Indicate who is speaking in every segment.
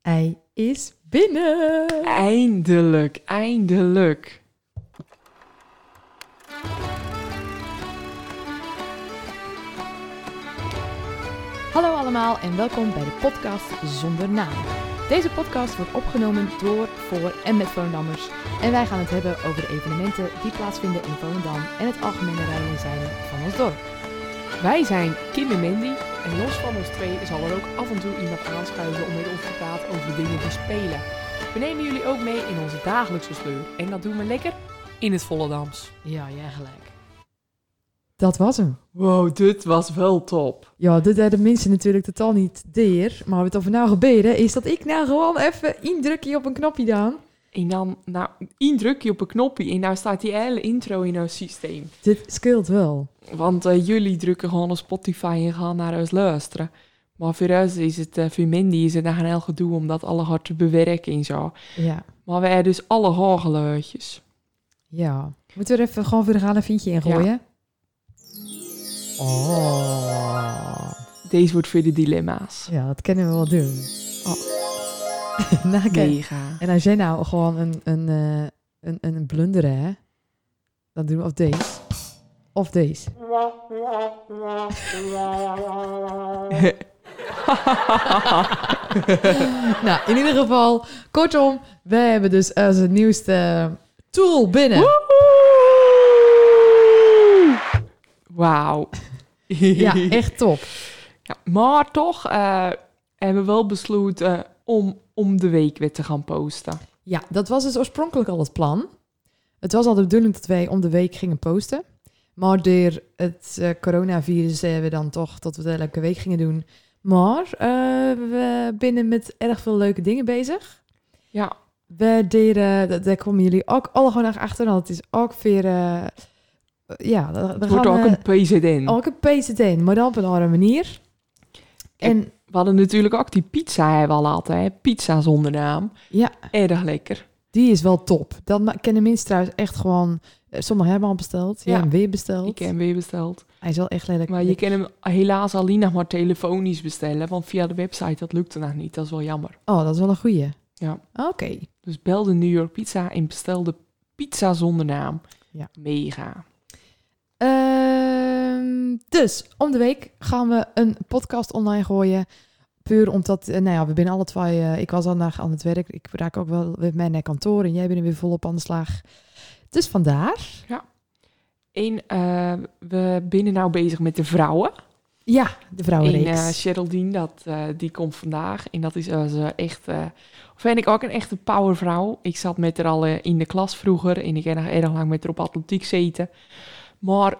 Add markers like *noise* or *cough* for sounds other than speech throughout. Speaker 1: Hij is binnen.
Speaker 2: Eindelijk, eindelijk.
Speaker 1: Hallo allemaal en welkom bij de podcast Zonder Naam. Deze podcast wordt opgenomen door, voor en met Volendammers. En wij gaan het hebben over de evenementen die plaatsvinden in Volendam en het algemene rijden en zeilen van ons dorp.
Speaker 2: Wij zijn Kim en Mandy en los van ons twee zal er ook af en toe iemand aanschuiven om met ons te praten over de dingen die spelen. We nemen jullie ook mee in onze dagelijkse sleur en dat doen we lekker in het Volendams.
Speaker 1: Ja, jij gelijk. Dat was hem.
Speaker 2: Wow, dit was wel top.
Speaker 1: Ja, dit deden mensen natuurlijk totaal niet deer. Maar wat er nou gebeden is dat ik nou gewoon even indrukje op een knopje dan.
Speaker 2: En dan, nou, één drukje op een knopje en nou staat die hele intro in ons systeem.
Speaker 1: Dit scheelt wel.
Speaker 2: Want eh, jullie drukken gewoon op Spotify en gaan naar ons luisteren. Maar voor ons is het, eh, voor Mandy is het nog een heel gedoe om dat alle hard te bewerken en zo.
Speaker 1: Ja,
Speaker 2: Maar we hebben dus alle haargeluidjes.
Speaker 1: ja. Moeten we er even gewoon voor de gale vinkje in
Speaker 2: Ja.
Speaker 1: gooien? Oh.
Speaker 2: Deze wordt voor de dilemma's.
Speaker 1: Ja, dat kunnen we wel doen. *laughs* nou, kijk.
Speaker 2: Mega.
Speaker 1: En als jij nou gewoon een, een, eh, een, een blunder hè, dan doen we of deze. Of deze. nou, in ieder geval, kortom, we hebben dus als het nieuwste tool binnen.
Speaker 2: Woehoe! *laughs* Wauw. *laughs*
Speaker 1: Ja, echt top.
Speaker 2: Ja, maar toch eh, hebben we wel besloten eh, om om de week weer te gaan posten.
Speaker 1: Ja, dat was dus oorspronkelijk al het plan. Het was al de bedoeling dat wij om de week gingen posten. Maar door het eh, coronavirus hebben we dan toch dat we het elke week gingen doen. Maar eh, we binnen met erg veel leuke dingen bezig.
Speaker 2: Ja.
Speaker 1: We deden, dat- daar komen jullie ook alle gewoon naar achter. Want het is ook weer, eh, ja, we
Speaker 2: Het
Speaker 1: gaan
Speaker 2: wordt ook
Speaker 1: eh,
Speaker 2: een PZN.
Speaker 1: ook een PZD, maar dan op een andere manier. En
Speaker 2: We hadden natuurlijk ook die pizza hebben we al altijd. Hè? Pizza zonder naam.
Speaker 1: Ja.
Speaker 2: Erg lekker.
Speaker 1: die is wel top. Dat ma- kennen mensen trouwens echt gewoon. eh, Sommigen hebben al besteld. Ja,
Speaker 2: Ja.
Speaker 1: weer besteld.
Speaker 2: Ik heb hem weer besteld.
Speaker 1: Hij is wel echt lelijk.
Speaker 2: Maar je kan hem helaas alleen nog maar telefonisch bestellen. Want via de website, dat lukte nog niet. Dat is wel jammer.
Speaker 1: Oh, dat is wel een goeie.
Speaker 2: Ja.
Speaker 1: Oké.
Speaker 2: Dus bel de New York Pizza en bestel de pizza zonder naam.
Speaker 1: Ja.
Speaker 2: Mega.
Speaker 1: Ehm, dus, om de week gaan we een podcast online gooien. Puur omdat, eh, nou ja, we binnen alle twee... eh, ik was al naar aan het werk. Ik raak ook wel met mij naar kantoor. En jij bent weer volop aan de slag. Dus vandaar.
Speaker 2: Eén, eh, we binnen nou bezig met de vrouwen.
Speaker 1: Ja, de
Speaker 2: En
Speaker 1: vrouwenreeks.
Speaker 2: eh, Geraldine, dat, eh, die komt vandaag. En dat is eh, ze echt, eh, vind ik ook een echte powervrouw. Ik zat met haar al eh, in de klas vroeger. En ik heb nog erg lang met haar op atletiek zeten. Maar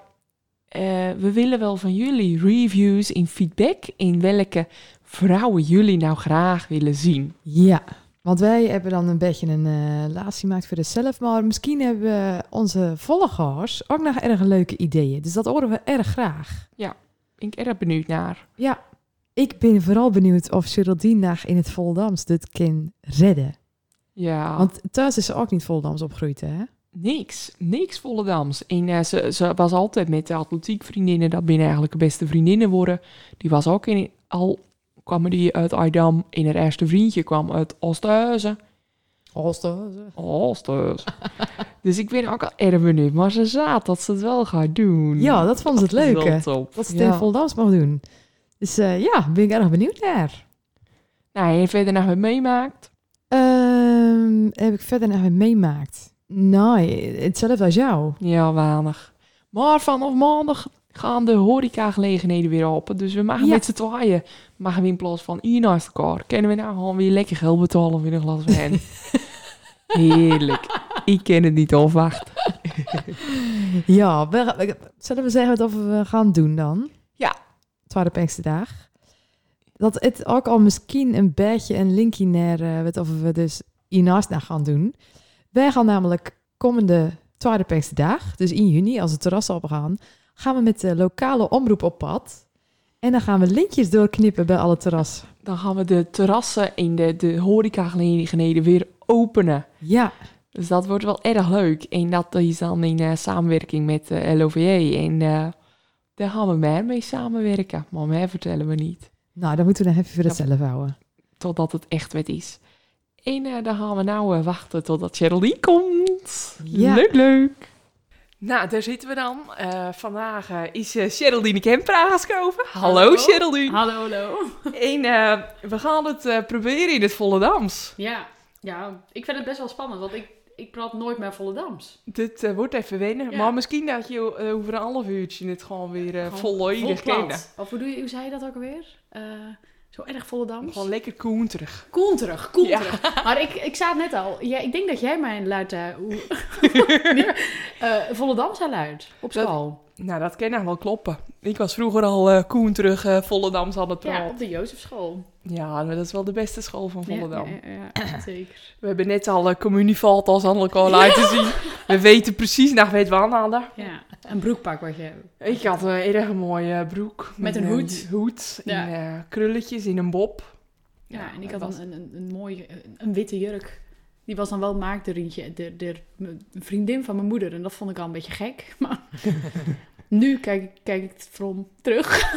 Speaker 2: eh, we willen wel van jullie reviews en feedback. In welke vrouwen jullie nou graag willen zien.
Speaker 1: Ja, want wij hebben dan een beetje een eh laatst gemaakt voor onszelf. Maar misschien hebben onze volgers ook nog erg leuke ideeën. Dus dat horen we erg graag.
Speaker 2: Ben ik erg benieuwd naar.
Speaker 1: Ik ben vooral benieuwd of Geraldine nog in het Voldams dit kan redden.
Speaker 2: Ja.
Speaker 1: Want thuis is ze ook niet Voldams opgegroeid, hè?
Speaker 2: Niks, niks Volendams. En eh, ze, ze was altijd met de atletiekvriendinnen, dat binnen eigenlijk de beste vriendinnen worden. Die was ook in, al kwamen die uit Aydam en haar eerste vriendje kwam uit Oosthuizen. Oh,
Speaker 1: Oosten. *laughs*
Speaker 2: Oosthuizen. dus ik ben ook al erg benieuwd, maar ze zaad dat ze het wel gaat doen.
Speaker 1: Mm. Ja, dat vond ze het
Speaker 2: Dat is wel
Speaker 1: leuk, hè?
Speaker 2: top.
Speaker 1: Dat ze het in
Speaker 2: ja.
Speaker 1: het Voldams mag doen. Dus eh, ja, ben ik erg benieuwd naar.
Speaker 2: Nou, en verder naar wat meemaakt.
Speaker 1: Ehm, heb ik verder nog wat meemaakt? Nee, hetzelfde als jou.
Speaker 2: Ja, weinig. Maar vanaf maandag gaan de horecagelegenheden weer open. Dus we mogen
Speaker 1: Ja.
Speaker 2: met z'n tweeën, mogen we in plaats van hier naast elkaar, kunnen we nou gewoon weer lekker geld betalen voor een glas wijn. Heerlijk. Ik ken het niet afwachten.
Speaker 1: Ja, we, we- zullen we zeggen wat we gaan doen dan?
Speaker 2: Ja.
Speaker 1: Twaalf Pinkse dag. Dat het ook al misschien een beetje een linkje naar eh, wat of we dus hiernaast naar gaan doen. Wij gaan namelijk komende Twaalf Pinkse dag, dus in juni, als het terras opgaan, gaan we met de lokale omroep op pad. En dan gaan we linkjes doorknippen bij alle terrassen.
Speaker 2: Dan gaan we de terrassen en de, de horecagelegenheden weer openen.
Speaker 1: Ja,
Speaker 2: Dus dat wordt wel erg leuk. En dat is dan in eh, samenwerking met de LOVJ. En eh, daar gaan we meer mee samenwerken. Maar meer vertellen we niet.
Speaker 1: nou, dan moeten we nog even voor
Speaker 2: Ja.
Speaker 1: hetzelfde houden.
Speaker 2: totdat het echt wet is. En eh, dan gaan we nou eh, wachten totdat Geraldine komt.
Speaker 1: Ja.
Speaker 2: Leuk, leuk. Nou, daar zitten we dan. Eh, vandaag eh, is eh, Geraldine Kempra aangeschoven. Hallo,
Speaker 3: Hallo.
Speaker 2: Geraldine.
Speaker 3: Hallo, hallo.
Speaker 2: En eh, we gaan het eh, proberen in het Volendams.
Speaker 3: Ja, ja, ik vind het best wel spannend, want ik, ik praat nooit meer Volendams.
Speaker 2: Dit eh, wordt even wennen.
Speaker 3: Ja.
Speaker 2: Maar misschien dat je eh, over een half uurtje het gewoon weer eh
Speaker 3: Gewoon
Speaker 2: volledig
Speaker 3: vol plat.
Speaker 2: kennen.
Speaker 3: Of hoe, doe je, hoe zei je dat ook alweer? Eh, zo erg Volendams?
Speaker 2: Gewoon lekker koenterig.
Speaker 3: Koenterig, koenterig. Maar ik, ik zei het net al, ja, ik denk dat jij mij luidt, eh
Speaker 2: *laughs*
Speaker 3: hoe... nee, eh, Volendams luidt op
Speaker 2: Dat-
Speaker 3: school.
Speaker 2: Nou, dat kan nou wel kloppen. Ik was vroeger al eh koenterig eh, Volendams aan het
Speaker 3: Ja,
Speaker 2: praten.
Speaker 3: op de Jozefschool.
Speaker 2: Ja. maar dat is wel de beste school van
Speaker 3: Ja,
Speaker 2: Volendam.
Speaker 3: Ja, ja, ja, zeker.
Speaker 2: We hebben net al eh communiefoto's aan elkaar laten zien. We weten precies naar weet we aan hadden.
Speaker 3: Ja, een broekpak wat je...
Speaker 2: Ik had een erg mooie eh, broek.
Speaker 3: Met een hoed.
Speaker 2: hoed
Speaker 3: Ja.
Speaker 2: en eh, krulletjes in een
Speaker 3: *laughs*
Speaker 2: bob.
Speaker 3: Ja,
Speaker 2: Nou,
Speaker 3: en ik
Speaker 2: dat
Speaker 3: had dan
Speaker 2: was-
Speaker 3: een, een, een mooie, een, een witte jurk. Die was dan wel maakt door eentje- door- door mijn- een vriendin van mijn moeder. En dat vond ik al een beetje gek. *laughs* Maar
Speaker 2: *laughs*
Speaker 3: nu kijk, ik- kijk ik het from
Speaker 2: *laughs*
Speaker 3: terug.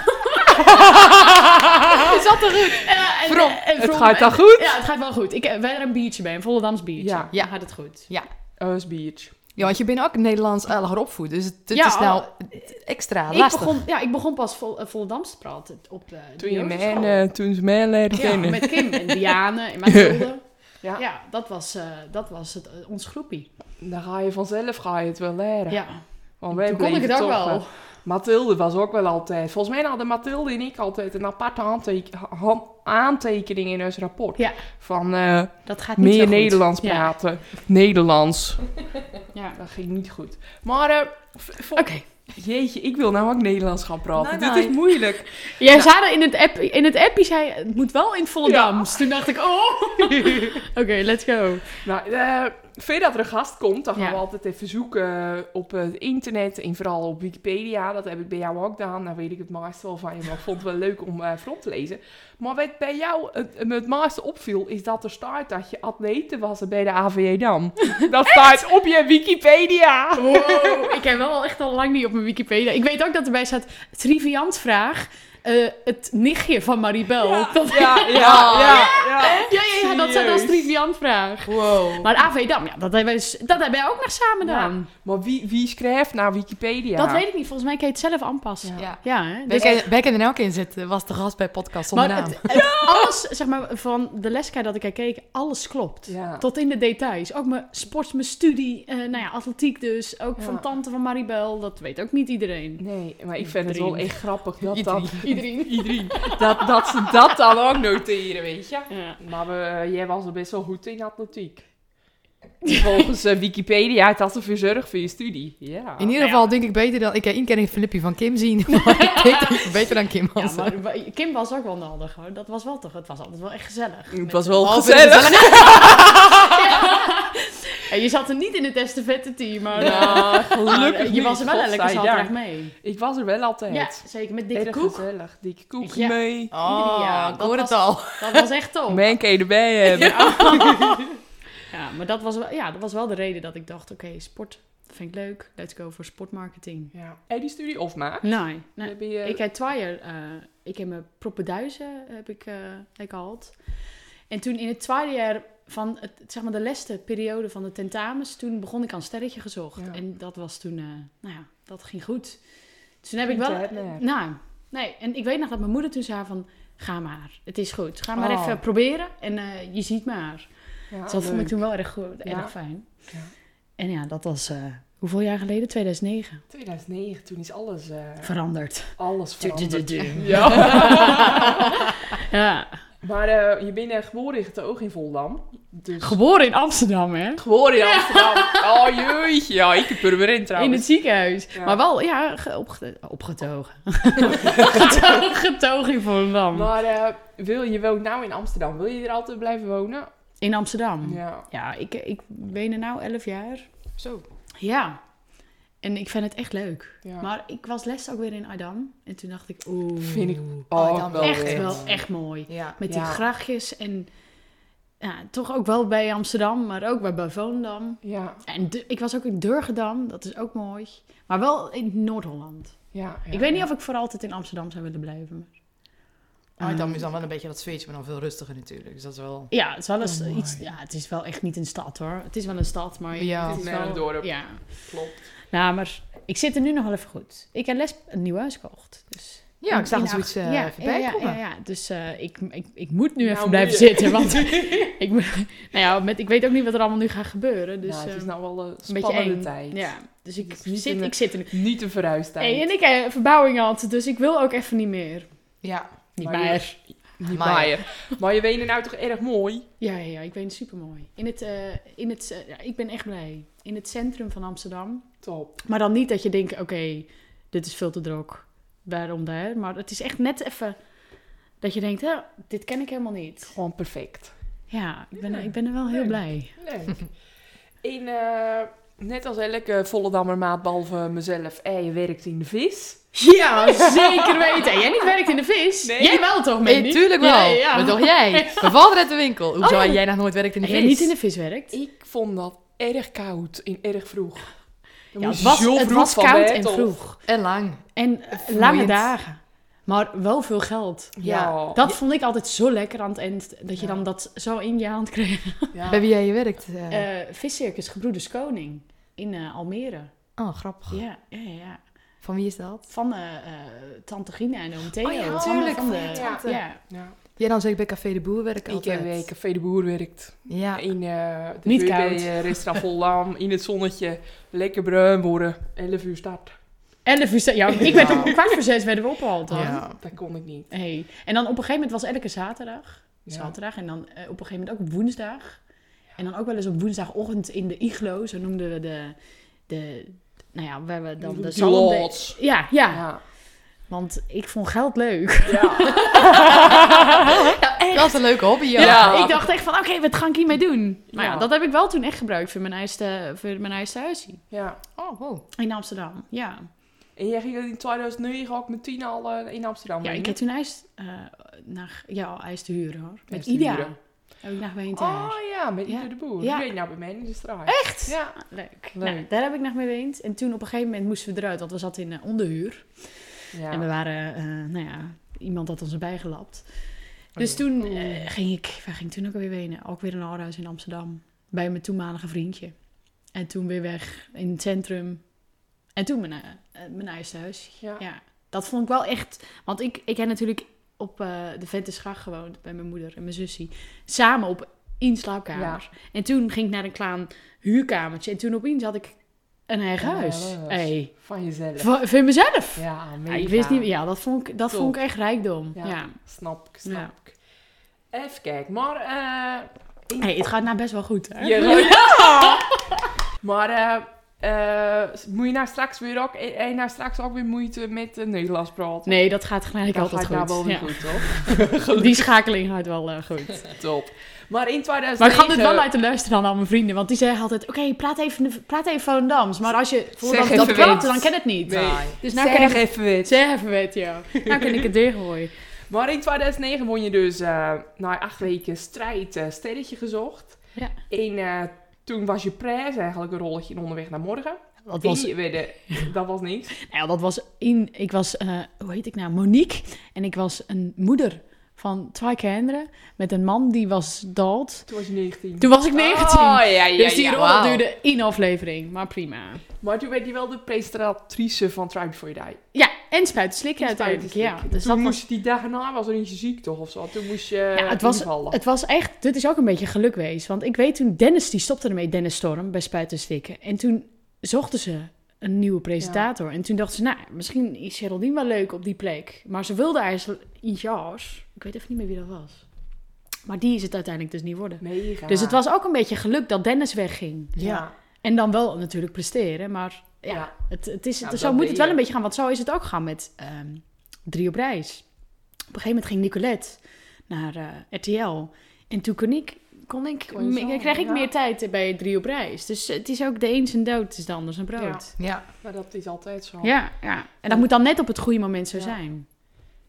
Speaker 3: Het zat er goed. Ja, en-
Speaker 2: From.
Speaker 3: en
Speaker 2: Het
Speaker 3: from.
Speaker 2: gaat
Speaker 3: En-
Speaker 2: dan goed.
Speaker 3: Ja, het gaat wel goed. Ik eh, wij er een biertje bij, een Volendams biertje.
Speaker 2: Ja.
Speaker 3: Ja,
Speaker 1: Ja.
Speaker 3: gaat het goed.
Speaker 2: Us beach.
Speaker 1: Ja, want je bent ook Nederlands alig opvoed, dus het, het
Speaker 3: Ja,
Speaker 1: is nou
Speaker 3: oh,
Speaker 1: extra
Speaker 3: ik,
Speaker 1: lastig.
Speaker 3: begon, ja, ik begon pas vol, eh, Volendams te praten op de de
Speaker 2: Toen je mij,
Speaker 3: Jozefschool.
Speaker 2: eh, toen ze mij leren
Speaker 3: Ja,
Speaker 2: kennen.
Speaker 3: met Kim
Speaker 2: *laughs*
Speaker 3: en Diane en Mathilde.
Speaker 2: Ja.
Speaker 3: Ja, dat was, eh, dat was het, eh, ons groepie.
Speaker 2: Dan ga je vanzelf ga je het wel leren.
Speaker 3: ja.
Speaker 2: Want wij
Speaker 3: Toen kon ik
Speaker 2: bleven
Speaker 3: het ook
Speaker 2: toch,
Speaker 3: wel.
Speaker 2: eh, Mathilde was ook wel altijd. Volgens mij hadden Mathilde en ik altijd een aparte aanteken- han- aantekening in ons rapport.
Speaker 3: Ja.
Speaker 2: Van eh,
Speaker 3: Dat gaat niet zo
Speaker 2: meer
Speaker 3: goed.
Speaker 2: Nederlands
Speaker 3: Ja.
Speaker 2: praten. Nederlands.
Speaker 3: Ja.
Speaker 2: Dat ging niet goed. Maar, eh, v- v-
Speaker 3: Oké.
Speaker 2: jeetje, ik wil nou eh. ook Nederlands gaan praten.
Speaker 1: Nee,
Speaker 2: Dit
Speaker 1: nee.
Speaker 2: is moeilijk.
Speaker 3: Jij zei er in het app, in het appie zei het moet wel in het Volendams. Toen dacht ik, oh. Oké, let's go.
Speaker 2: nou, eh voordat er een gast komt, dan gaan
Speaker 3: Ja.
Speaker 2: we altijd even zoeken eh, op het internet. En vooral op Wikipedia. Dat heb ik bij jou ook gedaan. Daar weet ik het meeste wel van je. Maar ik vond het wel leuk om eh front te lezen. Maar wat bij jou het, me het meeste opviel, is dat er staat dat je atlete was bij de AVJ *laughs* Dam. dat staat op je Wikipedia.
Speaker 3: Wow. ik heb wel echt al lang niet op mijn Wikipedia. Ik weet ook dat erbij staat, triviantvraag, eh het nichtje van Maribel. Ja, dat,
Speaker 2: Ja, ja, ja. ja.
Speaker 3: *laughs* ja, ja, ja, dat staat als
Speaker 2: Serieus?
Speaker 3: triviantvraag.
Speaker 2: Wow.
Speaker 3: Maar AV Dam, ja, dat hebben, we, s- dat hebben wij ook nog samen
Speaker 2: Ja.
Speaker 3: gedaan.
Speaker 2: Maar wie, wie schrijft naar Wikipedia?
Speaker 3: Dat weet ik niet, volgens mij kan je het zelf aanpassen.
Speaker 2: Ja.
Speaker 3: Ja,
Speaker 1: Ja.
Speaker 3: hè?
Speaker 1: Wij
Speaker 3: Dus-
Speaker 1: kennen- Wij kennen er ook in zitten, was de gast bij podcast zonder
Speaker 3: maar
Speaker 1: naam.
Speaker 3: het, het- alles, zeg maar, van de leska dat ik er keek, alles klopt.
Speaker 2: Ja.
Speaker 3: Tot in de details. Ook mijn sport, mijn studie, eh, nou ja, atletiek dus. Ook
Speaker 2: Ja.
Speaker 3: van tante van Maribel, dat weet ook niet iedereen.
Speaker 2: Nee, maar ik vind het wel
Speaker 3: Iedereen.
Speaker 2: echt grappig dat dat,
Speaker 1: Iedereen.
Speaker 3: *laughs* Iedereen.
Speaker 2: iedereen, *laughs* dat, dat ze dat dan ook noteren, weet je.
Speaker 3: Ja.
Speaker 2: Maar we, eh, jij was er best wel goed in
Speaker 3: *laughs*
Speaker 2: atletiek. Volgens eh, Wikipedia had dat een verzorg voor je studie. Ja.
Speaker 1: In ieder geval denk ik beter dan... Ik heb één keer een Filipje van Kim zien, *laughs* maar ik denk dat ik beter dan Kim
Speaker 3: Ja,
Speaker 1: was.
Speaker 3: maar wa- Kim was ook wel nodig hoor. Dat was wel toch, het was altijd wel echt gezellig.
Speaker 2: Het
Speaker 3: Met- *laughs*
Speaker 2: was wel
Speaker 1: Behalve
Speaker 2: gezellig.
Speaker 1: *laughs*
Speaker 3: En je zat er niet in het estafette-team, maar... eh,
Speaker 2: Ja, Nou, gelukkig
Speaker 3: maar, eh,
Speaker 2: niet,
Speaker 3: je was er wel elke
Speaker 2: godzijdank.
Speaker 3: zaterdag mee.
Speaker 2: Ik was er wel altijd.
Speaker 3: Ja, zeker. Met dikke
Speaker 2: Erg
Speaker 3: koek.
Speaker 2: gezellig. Dikke koek
Speaker 3: Ja. Oh.
Speaker 2: mee.
Speaker 1: Oh,
Speaker 3: Ja,
Speaker 1: ik
Speaker 3: dat
Speaker 1: hoor het
Speaker 3: was-
Speaker 1: al.
Speaker 3: Dat was echt top.
Speaker 2: Mijn kan je
Speaker 3: *laughs*
Speaker 2: erbij hebben.
Speaker 3: Ja, maar dat was, wel, ja, dat was wel de reden dat ik dacht, oké, sport dat vind ik leuk. Let's go voor sportmarketing.
Speaker 2: Ja. En die studie of maar.
Speaker 3: Nee, nee.
Speaker 2: Heb je-
Speaker 3: Ik heb twee jaar, eh, ik heb mijn propenduizen heb ik, eh heb ik gehad. En toen in het tweede jaar van het, zeg maar de laatste periode van de tentamens, toen begon ik aan sterretje gezocht.
Speaker 2: Ja.
Speaker 3: En dat was toen, eh, nou ja, dat ging goed. Dus toen heb ik
Speaker 2: Punten
Speaker 3: wel,
Speaker 2: heb je.
Speaker 3: nou, nee, en ik weet nog dat mijn moeder toen zei van, ga maar, het is goed, ga maar
Speaker 2: Oh.
Speaker 3: even proberen en eh, je ziet maar.
Speaker 2: Ja,
Speaker 3: dus dat vond
Speaker 2: leuk.
Speaker 3: ik toen wel erg goed, erg
Speaker 2: Ja.
Speaker 3: fijn.
Speaker 2: Ja.
Speaker 3: En ja, dat was eh, hoeveel jaar geleden? 2009.
Speaker 2: 2009, toen is alles, eh, *laughs*
Speaker 3: Veranderd. *laughs*
Speaker 2: alles veranderd.
Speaker 3: Ja.
Speaker 2: *laughs*
Speaker 3: ja.
Speaker 2: Maar eh, je bent eh, geboren in het oog in Volendam. Dus...
Speaker 3: Geboren in Amsterdam, hè?
Speaker 2: geboren in Amsterdam. *laughs* Oh jeetje, ja, ik heb er weer in
Speaker 3: In
Speaker 2: trouwens.
Speaker 3: het ziekenhuis.
Speaker 2: Ja.
Speaker 3: Maar wel, ja, ge- opge- opgetogen. *laughs* Getogen- Getogen in Volendam.
Speaker 2: Maar eh, wil, je woont nou in Amsterdam. Wil je er altijd blijven wonen?
Speaker 3: In Amsterdam. Ja,
Speaker 2: Ja.
Speaker 3: ik, ik ben er nu 11 jaar.
Speaker 1: Zo.
Speaker 3: Ja. En ik vind het echt leuk.
Speaker 2: ja.
Speaker 3: Maar ik was les ook weer in Adam. En toen dacht ik, oeh.
Speaker 2: Vind ik ook
Speaker 1: Oh, dan
Speaker 2: wel
Speaker 3: echt
Speaker 2: weer.
Speaker 3: wel echt mooi.
Speaker 1: Ja.
Speaker 3: Met die
Speaker 2: Ja.
Speaker 3: grachtjes en... Ja, toch ook wel bij Amsterdam, maar ook bij Bavondam.
Speaker 2: Ja,
Speaker 3: En de- ik was ook in Durgedam, dat is ook mooi. Maar wel in Noord-Holland.
Speaker 2: ja, Oh, ja.
Speaker 3: ik weet niet of ik voor altijd in Amsterdam zou willen blijven. maar-
Speaker 1: Ah,
Speaker 4: Maar dan
Speaker 3: Ehm,
Speaker 4: is dan wel een beetje dat Zweedse, maar dan veel rustiger natuurlijk. Dus dat is wel...
Speaker 3: Ja, het is wel eens
Speaker 1: Oh, mooi.
Speaker 3: iets. Ja, het is wel echt niet een stad hoor. Het is wel een stad, maar
Speaker 4: Ja.
Speaker 3: het is
Speaker 2: Nee, een dorp.
Speaker 3: Ja.
Speaker 2: Klopt.
Speaker 3: Nou, maar ik zit er nu nog wel even goed. Ik heb les een nieuw huis gekocht. Dus
Speaker 4: Ja, ik zag
Speaker 3: In
Speaker 4: al zoiets
Speaker 3: acht-
Speaker 4: eh
Speaker 3: ja,
Speaker 4: voorbij
Speaker 3: ja, ja,
Speaker 4: komen.
Speaker 3: Ja, ja. dus eh, ik, ik, ik moet nu
Speaker 2: Nou,
Speaker 3: even
Speaker 2: moet
Speaker 3: blijven
Speaker 2: je.
Speaker 3: zitten.
Speaker 2: *laughs*
Speaker 3: Want ik, moet- nou ja, met, ik weet ook niet wat er allemaal nu gaat gebeuren. Dus,
Speaker 2: Dus, het is
Speaker 3: eh,
Speaker 2: nou wel een
Speaker 3: beetje
Speaker 2: spannende
Speaker 3: eng.
Speaker 2: tijd.
Speaker 3: ja, dus ik,
Speaker 2: Het is niet
Speaker 3: zit,
Speaker 2: in de-
Speaker 3: ik zit er nu.
Speaker 2: Niet een verhuistijd.
Speaker 3: Hey, en ik heb verbouwing had, dus ik wil ook even niet meer.
Speaker 4: Ja.
Speaker 3: Niet
Speaker 2: Maar je-
Speaker 3: meer.
Speaker 2: Niet
Speaker 4: Maar-
Speaker 2: maar. Maar je wenen nou toch erg mooi?
Speaker 3: Ja, ja, ja, ik weet het supermooi. In het, eh, in het, eh, ja, ik ben echt blij. In het centrum van Amsterdam.
Speaker 2: Top.
Speaker 3: Maar dan niet dat je denkt, oké, dit is veel te druk. Waarom daar? Maar het is echt net even dat je denkt, hè, dit ken ik helemaal niet.
Speaker 2: Gewoon perfect.
Speaker 3: Ja, ik ben,
Speaker 2: Ja,
Speaker 3: ik ben er wel heel
Speaker 2: leuk.
Speaker 3: blij.
Speaker 2: Leuk. In, eh, net als elke Volendammer maat, behalve mezelf, en je werkt in de vis.
Speaker 3: Ja, *laughs* zeker weten. En jij niet werkt in de vis?
Speaker 2: Nee.
Speaker 3: Jij wel toch, Mandy?
Speaker 1: Natuurlijk Eh, wel.
Speaker 3: Ja, ja.
Speaker 1: Maar toch
Speaker 3: *laughs*
Speaker 1: jij? We vallen uit de winkel. Hoezo
Speaker 3: Oh, ja.
Speaker 1: jij nog nooit werkt in de
Speaker 3: En jij
Speaker 1: vis?
Speaker 3: niet in de vis werkt?
Speaker 2: Ik vond dat erg koud en erg vroeg. Dan
Speaker 3: Ja,
Speaker 2: moest je
Speaker 3: het was,
Speaker 2: zo
Speaker 3: het
Speaker 2: vroeg
Speaker 3: was
Speaker 2: van
Speaker 3: koud
Speaker 2: bed,
Speaker 3: en
Speaker 2: of-
Speaker 3: vroeg.
Speaker 1: En lang.
Speaker 3: En eh, lange dagen. Maar wel veel geld.
Speaker 2: Ja.
Speaker 3: Dat vond ik altijd zo lekker aan het eind. Dat je
Speaker 4: Ja.
Speaker 3: dan dat zo in je hand kreeg.
Speaker 2: Ja.
Speaker 1: Bij wie jij werkt? eh.
Speaker 3: Eh viscircus Gebroeders Koning. In eh, Almere.
Speaker 1: oh, grappig.
Speaker 3: Ja, ja, ja, ja.
Speaker 1: Van wie is dat?
Speaker 3: Van eh, eh, Tante Gina en oom Theo.
Speaker 1: Oh ja,
Speaker 3: Van-
Speaker 1: tuurlijk,
Speaker 3: Van de,
Speaker 1: van je tante.
Speaker 3: Ja.
Speaker 2: Ja.
Speaker 1: Jij dan zeker bij Café de Boer werken
Speaker 2: Ik eh, heb
Speaker 1: altijd.
Speaker 2: bij Café de Boer werkt.
Speaker 1: Ja.
Speaker 2: In eh, de
Speaker 3: Niet
Speaker 2: VB,
Speaker 3: koud.
Speaker 2: eh, restaurant Volendam, in het zonnetje. Lekker bruin worden. 11 uur start.
Speaker 3: Elf uur sta- ja, ik werd om kwart voor zes werden we opgehaald dan. *laughs*
Speaker 1: Ja.
Speaker 2: Dat kon ik niet.
Speaker 3: Hey. En dan op een gegeven moment was elke zaterdag.
Speaker 2: Ja.
Speaker 3: Zaterdag. En dan eh, op een gegeven moment ook op woensdag. En dan ook wel eens op woensdagochtend in de iglo. Zo noemden we de... de nou ja, waar we dan de
Speaker 2: Die
Speaker 3: zalm...
Speaker 2: loods.
Speaker 3: Ja, ja,
Speaker 2: Ja.
Speaker 3: want ik vond geld leuk.
Speaker 2: Ja.
Speaker 1: Dat is een leuke hobby,
Speaker 3: Nou, Ja.
Speaker 1: joh.
Speaker 2: Ja.
Speaker 3: Ik dacht echt van, oké, wat ga ik hiermee doen? Maar ja.
Speaker 2: Ja.
Speaker 3: dat heb ik wel toen echt gebruikt voor mijn eerste, voor mijn eerste huisje.
Speaker 2: ja.
Speaker 1: Oh, wow.
Speaker 3: In Amsterdam, ja.
Speaker 2: En jij ging dat in 2009 ook met tien al eh, in Amsterdam
Speaker 3: Ja,
Speaker 2: wonen?
Speaker 3: ik heb toen ijs, eh naar, ja, ijs te huren hoor. Met
Speaker 2: Ijs te
Speaker 3: Ida.
Speaker 2: huren.
Speaker 3: Heb ik naar geweend
Speaker 2: Oh
Speaker 3: daar.
Speaker 2: ja, met
Speaker 3: Ja.
Speaker 2: Ieder de Boer.
Speaker 3: Ja.
Speaker 2: Die weet nou bij mij in de straat. Echt? Ja.
Speaker 3: Leuk.
Speaker 2: Leuk.
Speaker 3: Nou, daar heb ik naar geweend. En toen op een gegeven moment moesten we eruit, want we zaten in eh, onderhuur.
Speaker 2: ja.
Speaker 3: En we waren, eh, nou ja, iemand had ons erbij gelapt. Dus
Speaker 2: Oh.
Speaker 4: ja.
Speaker 3: toen eh, ging ik, waar ging ik toen ook alweer wenen? Ook weer een ouderhuis in Amsterdam. Bij mijn toenmalige vriendje. En toen weer weg in het centrum. En toen mijn, eh, eh, mijn eerste huis.
Speaker 2: Ja.
Speaker 3: Ja, dat vond ik wel echt. Want ik, ik heb natuurlijk op eh, de Ventersgracht gewoond bij mijn moeder en mijn zusje. Samen op één slaapkamer. En toen ging ik naar een klein huurkamertje. En toen opeens had ik een eigen
Speaker 2: Een
Speaker 3: huis.
Speaker 2: eigen huis.
Speaker 3: Hey,
Speaker 2: Van jezelf.
Speaker 3: voor, voor mezelf.
Speaker 2: Ja,
Speaker 3: Ja,
Speaker 2: mega.
Speaker 3: Ah, ik wist niet. Ja, dat vond ik, dat
Speaker 2: Top.
Speaker 3: vond ik echt rijkdom. Ja.
Speaker 2: Ja. Snap ik,
Speaker 3: Ja.
Speaker 2: snap ik. Even kijken, maar... eh,
Speaker 3: Hey, het gaat nou best wel goed. Hè? *laughs*
Speaker 2: je ja. *laughs* maar eh, eh, moet je nou straks weer ook... Heb je nou straks ook weer moeite met eh, Nederlands praten?
Speaker 3: Nee, dat gaat gelijk
Speaker 2: Dat
Speaker 3: altijd
Speaker 2: gaat nou wel
Speaker 3: goed.
Speaker 2: weer
Speaker 3: Ja.
Speaker 2: goed, toch? *laughs*
Speaker 3: Die schakeling gaat wel eh, goed.
Speaker 2: Top. Maar in 2009...
Speaker 3: Maar ik ga dit wel uit de luisteren aan al mijn vrienden. Want die zeggen altijd, oké, praat even, praat even Volendams. Maar als je Volendams
Speaker 2: even
Speaker 3: dat
Speaker 2: weet.
Speaker 3: klopt, dan ken het niet.
Speaker 2: Nee.
Speaker 3: Dus nou
Speaker 2: Zeg
Speaker 3: kan ik
Speaker 2: even weer.
Speaker 3: het even
Speaker 2: *laughs*
Speaker 3: weten, ja. Nou kan ik het dichtgooien.
Speaker 2: Maar in 2009 won je dus eh, na acht weken strijd eh, sterretje gezocht.
Speaker 3: Ja.
Speaker 2: En eh, toen was je prijs eigenlijk een rolletje in onderweg naar morgen.
Speaker 3: Dat
Speaker 2: En
Speaker 3: was, nou
Speaker 2: je werd, eh, dat was niks.
Speaker 3: ja, Nou, dat was in, ik was, eh, hoe heet ik nou, Monique. En ik was een moeder van twee kinderen met een man die was dood.
Speaker 2: Toen was je
Speaker 3: *laughs*
Speaker 2: 19.
Speaker 3: Toen was ik 19.
Speaker 2: Oh, ja, ja,
Speaker 3: dus die
Speaker 2: ja.
Speaker 3: rol
Speaker 1: wauw.
Speaker 3: duurde één aflevering, maar prima.
Speaker 2: Maar toen werd je wel de presentatrice van Tribe for Your Die.
Speaker 3: Ja, en spuiten slikken uiteindelijk. Ja, dus
Speaker 2: toen
Speaker 3: dat was
Speaker 2: moest je die dag erna was er eentje ziek toch of zo. Toen moest je
Speaker 3: Ja, het was,
Speaker 2: invallen.
Speaker 3: het was echt, dit is ook een beetje geluk geweest. Want ik weet toen, Dennis die stopte ermee, Dennis Storm, bij Spuitenstikken. En toen zochten ze een nieuwe presentator. En toen dachten ze, nou, misschien is Geraldine wel leuk op die plek. Maar ze wilde eigenlijk iets anders. Ik weet even niet meer wie dat was. Maar die is het uiteindelijk dus niet worden.
Speaker 2: Mega.
Speaker 3: Dus het was ook een beetje geluk dat Dennis wegging.
Speaker 2: Ja.
Speaker 3: En dan wel natuurlijk presteren, maar ja,
Speaker 2: Ja.
Speaker 3: Het, het is,
Speaker 2: Ja,
Speaker 3: het, zo
Speaker 2: dat
Speaker 3: moet
Speaker 2: deed
Speaker 3: het wel
Speaker 2: Nou, je.
Speaker 3: een beetje gaan. Want zo is het ook gaan met ehm, drie op reis. Op een gegeven moment ging Nicolette naar eh, RTL. En toen kon ik, kon ik,
Speaker 2: Kon je
Speaker 3: me-
Speaker 2: zo,
Speaker 3: kreeg ik
Speaker 2: ja.
Speaker 3: meer tijd bij drie op reis. Dus het is ook de een zijn dood is de ander zijn brood.
Speaker 1: Ja.
Speaker 2: Maar dat is altijd zo.
Speaker 3: Ja. Ja, En dat moet dan net op het goede moment zo
Speaker 2: Ja.
Speaker 3: zijn.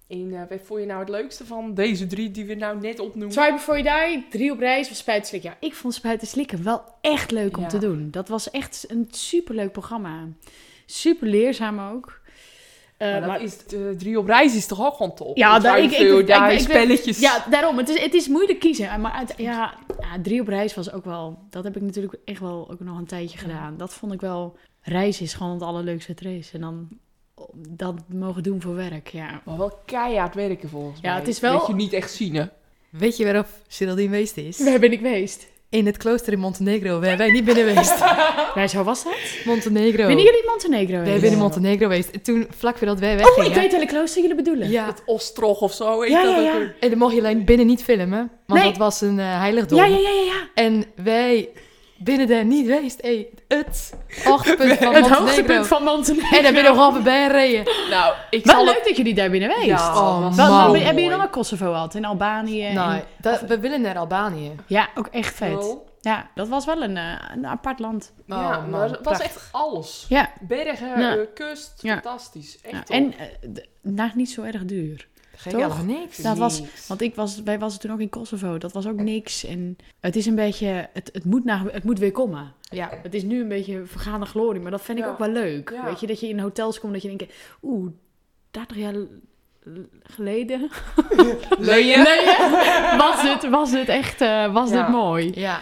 Speaker 2: En eh, wat vond je nou het leukste van deze drie die we nou net opnoemen?
Speaker 3: Try Before You Die, drie op reis of Spuiten Slikken. Ja, ik vond Spuiten Slikken wel echt leuk om
Speaker 2: Ja.
Speaker 3: te doen. Dat was echt een superleuk programma. Super leerzaam ook. Eh,
Speaker 2: maar, dat
Speaker 3: maar-
Speaker 2: is, eh, drie op reis is toch ook gewoon top?
Speaker 3: Ja,
Speaker 2: Met
Speaker 3: daar- ik- ik-
Speaker 2: Duinveel,
Speaker 3: ik- ik-
Speaker 2: daar
Speaker 3: ik- ik-
Speaker 2: spelletjes.
Speaker 3: Ja, daarom. Het is, het is moeilijk kiezen. Maar uit, ja, ja, drie op reis was ook wel... Dat heb ik natuurlijk echt wel ook nog een tijdje gedaan. Dat vond ik wel... Reis is gewoon het allerleukste race. En dan dat mogen doen voor werk, ja.
Speaker 2: Maar wel keihard werken volgens
Speaker 3: Ja,
Speaker 2: mij.
Speaker 3: het is wel-
Speaker 2: Dat je niet echt zien, hè?
Speaker 4: Weet je waarop Geraldine geweest is?
Speaker 3: Waar ben ik geweest?
Speaker 4: In het klooster in Montenegro. Waar wij niet binnen
Speaker 3: *laughs*
Speaker 4: geweest.
Speaker 3: Waar zo was dat?
Speaker 4: Montenegro.
Speaker 3: Ben jullie in Montenegro
Speaker 4: Wij
Speaker 3: geweest?
Speaker 4: zijn in Montenegro geweest. En toen, vlak voordat wij
Speaker 3: Oh,
Speaker 4: weggingen...
Speaker 3: ik weet welke klooster jullie bedoelen.
Speaker 4: Ja,
Speaker 2: Het Ostrog of zo. weet
Speaker 3: Ja,
Speaker 2: je
Speaker 3: ja,
Speaker 2: dat
Speaker 3: ja.
Speaker 2: ook weer?
Speaker 4: en dan mocht je alleen binnen niet filmen. Want
Speaker 3: Nee.
Speaker 4: dat was een eh, heiligdom.
Speaker 3: Ja, ja, ja, ja, ja.
Speaker 4: En wij binnen daar niet geweest. Hey, het hoogtepunt van
Speaker 3: *laughs* Het
Speaker 4: Montenegro.
Speaker 3: hoogtepunt van Montenegro.
Speaker 4: En dan ben je nog half bij reden.
Speaker 2: Nou, ik
Speaker 3: Wel
Speaker 2: zal
Speaker 3: leuk dat jullie daar binnen geweest.
Speaker 2: Ja,
Speaker 4: Oh,
Speaker 2: was
Speaker 3: Wel,
Speaker 2: zo
Speaker 4: man.
Speaker 3: maar
Speaker 2: mooi.
Speaker 3: hebben jullie dan ook Kosovo gehad? In Albanië? en-
Speaker 4: Nou, dat, we willen naar Albanië.
Speaker 3: Ja, ook echt vet.
Speaker 2: Wel.
Speaker 3: Ja, dat was wel een, eh, een apart land.
Speaker 2: ja,
Speaker 4: Oh,
Speaker 2: maar
Speaker 4: man,
Speaker 2: het was
Speaker 4: prachtig.
Speaker 2: echt alles.
Speaker 3: Ja.
Speaker 2: Bergen,
Speaker 3: Ja.
Speaker 2: eh, kust,
Speaker 3: Ja.
Speaker 2: fantastisch. Echt
Speaker 3: Ja,
Speaker 2: top.
Speaker 3: en eh, d- nou, niet zo erg duur.
Speaker 4: Geweldig,
Speaker 3: toch?
Speaker 4: niks.
Speaker 3: Dat was,
Speaker 2: Niks.
Speaker 3: want ik was, wij waren toen ook in Kosovo. Dat was ook niks. En het is een beetje, het, het, moet, naar, het moet weer komen.
Speaker 4: Ja.
Speaker 3: Het is nu een beetje vergaande glorie, maar dat vind ik
Speaker 2: Ja.
Speaker 3: ook wel leuk.
Speaker 2: Ja.
Speaker 3: Weet je, dat je in hotels komt dat je denkt, oeh, 30 jaar l-
Speaker 2: *laughs*
Speaker 3: geleden
Speaker 2: Leien.
Speaker 3: was het, was het echt, eh, was
Speaker 2: Ja.
Speaker 3: dit mooi.
Speaker 4: Ja.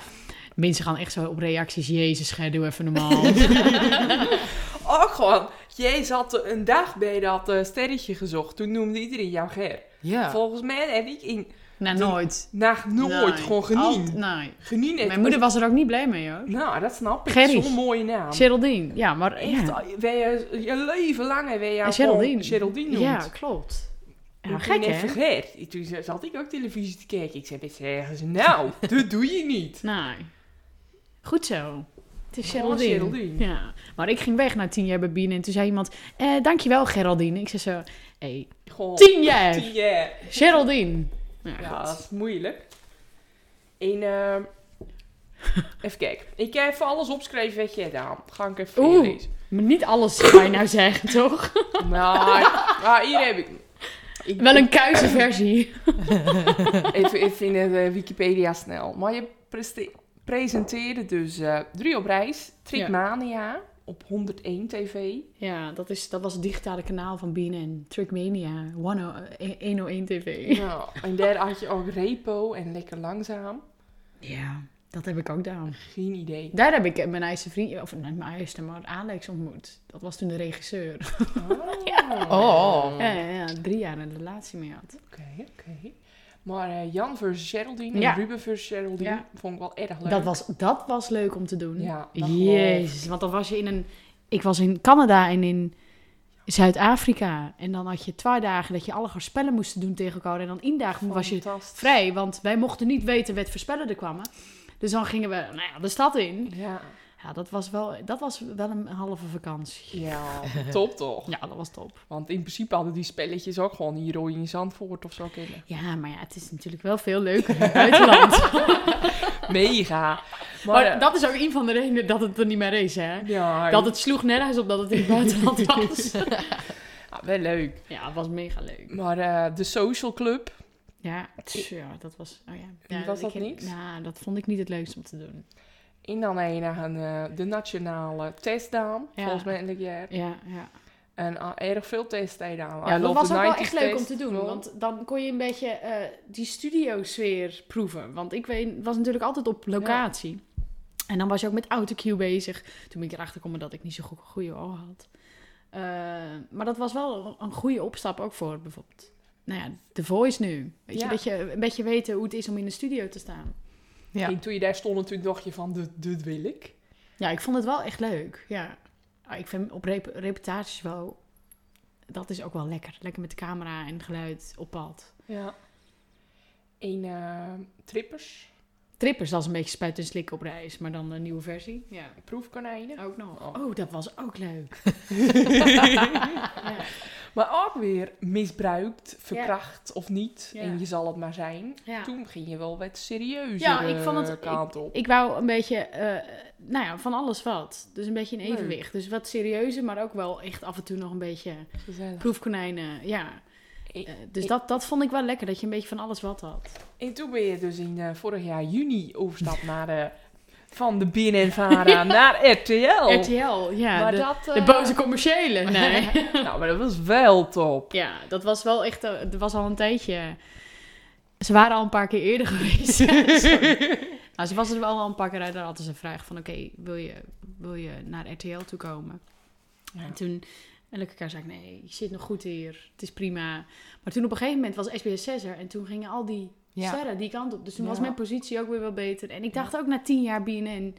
Speaker 3: Mensen gaan echt zo op reacties, jezus, gij, doe even
Speaker 2: *laughs*
Speaker 3: normaal. Nou,
Speaker 2: Ook Oh, gewoon, jij zat een dag bij dat eh, sterretje gezocht. Toen noemde iedereen jou Ger.
Speaker 4: Ja.
Speaker 2: Volgens mij heb ik in
Speaker 3: nou,
Speaker 2: Doe-
Speaker 3: nooit.
Speaker 2: nacht nooit
Speaker 3: Nee.
Speaker 2: gewoon geniet.
Speaker 3: Alt- nee.
Speaker 2: Geniet het.
Speaker 3: Mijn moeder was er ook niet blij mee hoor.
Speaker 2: Nou, dat snap ik.
Speaker 3: Gerrie.
Speaker 2: Zo'n mooie naam.
Speaker 3: Geraldine, ja, maar
Speaker 2: Echt,
Speaker 3: ja.
Speaker 2: wij, eh, je leven lang hebben wij jou
Speaker 3: En Geraldine.
Speaker 2: gewoon Geraldine noemt.
Speaker 3: Ja, klopt. Ja,
Speaker 2: Ik
Speaker 3: gek
Speaker 2: ben
Speaker 3: hè?
Speaker 2: even Ger. Toen zat ik ook televisie te kijken. Ik zei best ergens,
Speaker 3: *laughs*
Speaker 2: nou, dat doe je niet.
Speaker 3: Nee. Nou, Goed zo. Het is
Speaker 2: Gewoon
Speaker 3: Geraldine.
Speaker 2: Geraldine.
Speaker 3: Ja. Maar ik ging weg na tien jaar bij Bien en toen zei iemand, eh, dankjewel Geraldine. Ik zei zo, hey,
Speaker 2: Gewoon,
Speaker 3: tien jaar!
Speaker 2: tien jaar.
Speaker 3: Geraldine! Ja,
Speaker 2: Ja,
Speaker 3: goed.
Speaker 2: dat is moeilijk. En, ehm,
Speaker 3: *laughs*
Speaker 2: even kijken. Ik heb even alles opschrijven wat jij gedaan. Ga ik even
Speaker 3: Oeh.
Speaker 2: voorlezen.
Speaker 3: Maar niet alles ga je nou zeggen, *laughs* toch?
Speaker 2: Nou,
Speaker 3: *laughs*
Speaker 2: ah, hier heb ik... ik
Speaker 3: Wel een kuise versie.
Speaker 2: Even, even in de Wikipedia snel. Maar je preste- presenteerde dus eh, drie op reis, Trickmania op 101 TV.
Speaker 3: Ja, dat, is, dat was het digitale kanaal van Bien en oh, Trickmania, eh, 101 TV.
Speaker 2: Nou, en daar had je ook repo en lekker langzaam.
Speaker 3: Ja, dat heb ik ook gedaan.
Speaker 2: Geen
Speaker 3: *laughs*
Speaker 2: idee.
Speaker 3: Daar heb ik mijn eerste vriend, of niet mijn eerste, maar Alex ontmoet. Dat was toen de regisseur.
Speaker 2: Ah.
Speaker 4: Oh.
Speaker 2: Oké,
Speaker 3: Ja, ja, ja, drie jaar een relatie mee had.
Speaker 2: oké. Maar eh, Jan versus Geraldine
Speaker 3: Ja.
Speaker 2: en Ruben versus Geraldine
Speaker 3: Ja.
Speaker 2: vond ik wel erg leuk.
Speaker 3: Dat was, dat was leuk om te doen.
Speaker 2: Ja, dat
Speaker 3: Jezus, want dan was je in een... Ik was in Canada en in Zuid-Afrika. En dan had je twee dagen dat je alle spellen moest doen tegen elkaar. En dan één dag was je
Speaker 2: Fantastisch.
Speaker 3: vrij, want wij mochten niet weten wat voor spellen er kwamen. Dus dan gingen we nou ja, de stad in.
Speaker 2: Ja,
Speaker 3: Ja, dat was wel, dat was wel een halve vakantie.
Speaker 2: ja top toch?
Speaker 3: Ja, dat was top.
Speaker 2: Want in principe hadden die spelletjes ook gewoon hier rooi in Zandvoort of zo kunnen.
Speaker 3: Ja, maar ja, het is natuurlijk wel veel leuker in *laughs* het buitenland.
Speaker 2: Mega. Maar,
Speaker 3: maar
Speaker 2: eh,
Speaker 3: dat is ook een van de redenen dat het er niet meer is, hè?
Speaker 2: ja,
Speaker 3: Dat het sloeg nergens op dat het in het
Speaker 2: *laughs*
Speaker 3: buitenland was.
Speaker 2: ja, wel leuk.
Speaker 3: Ja, het was mega leuk.
Speaker 2: Maar eh, de Social Club.
Speaker 3: Ja, tss, ja dat was... Oh ja. ja
Speaker 2: Was
Speaker 3: ik
Speaker 2: dat
Speaker 3: heb-
Speaker 2: niks?
Speaker 3: Nou, dat vond ik niet het leukste om te doen.
Speaker 2: En dan heen naar een, eh, de nationale testdaan.
Speaker 3: Ja.
Speaker 2: Volgens mij elk jaar.
Speaker 3: Ja, ja.
Speaker 2: En ah, erg veel testdijden aan. I
Speaker 3: ja dat
Speaker 2: love
Speaker 3: was
Speaker 2: the
Speaker 3: ook wel
Speaker 2: 90s
Speaker 3: echt leuk om
Speaker 2: test.
Speaker 3: te doen.
Speaker 2: Wel.
Speaker 3: Want dan kon je een beetje eh, die studiosfeer proeven. Want ik weet, was natuurlijk altijd op locatie. En dan was je ook met autocue bezig. Toen ben ik erachter gekomen dat ik niet zo'n goede oog had. Eh, maar dat was wel een- een goede opstap ook voor bijvoorbeeld... Nou ja, The Voice nu. Weet
Speaker 2: Ja.
Speaker 3: je, dat je een beetje weten hoe het is om in de studio te staan.
Speaker 4: Ja.
Speaker 2: En toen je daar stond, toen dacht je van, dit, dit wil ik.
Speaker 3: Ja, ik vond het wel echt leuk. Ja. Ah, Ik vind op rep- reportages wel... Dat is ook wel lekker. Lekker met de camera en geluid op pad.
Speaker 2: Ja. En eh, trippers,
Speaker 3: Trippers, dat is een beetje spuit en slik op reis. Maar dan een nieuwe versie. Ja, *laughs*
Speaker 2: proefkonijnen. *laughs*
Speaker 3: ook nog.
Speaker 2: Oh.
Speaker 3: Oh, dat was
Speaker 2: *laughs*
Speaker 3: ook leuk. ja.
Speaker 2: Maar ook weer misbruikt, verkracht of niet.
Speaker 3: Ja.
Speaker 2: En je zal het maar zijn.
Speaker 3: Ja.
Speaker 2: Toen ging je wel wat serieuzer
Speaker 3: Ja, ik vond het-
Speaker 2: eh, kant op.
Speaker 3: Ik wou een beetje, eh, nou ja, van alles wat. Dus een beetje in
Speaker 2: Leuk.
Speaker 3: evenwicht. Dus wat serieuzer, maar ook wel echt af en toe nog een beetje
Speaker 2: Gezellig.
Speaker 3: proefkonijnen. Ja.
Speaker 2: Ik-
Speaker 3: Eh, dus dat, dat vond ik wel lekker, dat je een beetje van alles wat had.
Speaker 2: En toen ben je dus in eh, vorig jaar juni overstapt naar de Van de BNNVARA
Speaker 3: *laughs*
Speaker 2: naar RTL.
Speaker 3: RTL, ja.
Speaker 2: Oh. maar
Speaker 3: de,
Speaker 2: dat,
Speaker 3: de
Speaker 2: eh,
Speaker 3: boze
Speaker 2: *laughs*
Speaker 3: commerciële. Nee.
Speaker 2: nou, maar dat was wel top.
Speaker 3: ja, dat was wel echt... eh, Dat was al een tijdje... Ze waren al een paar keer eerder
Speaker 2: *laughs*
Speaker 3: *laughs* geweest. nou, ze was er wel al een paar keer uit. Daar hadden ze een vraag van... Oké, wil, je, wil je naar RTL toe komen? En
Speaker 2: Nou,
Speaker 3: toen... En Lukke elkaar zei ik, nee, je zit nog goed hier. Het is prima. Maar toen op een gegeven moment was SBS 6 er. En toen gingen al die
Speaker 1: Ja.
Speaker 3: sterren die kant op. Dus toen
Speaker 2: Ja.
Speaker 3: was mijn positie ook weer wel beter. En ik dacht ook na tien jaar BNN...
Speaker 2: Nou,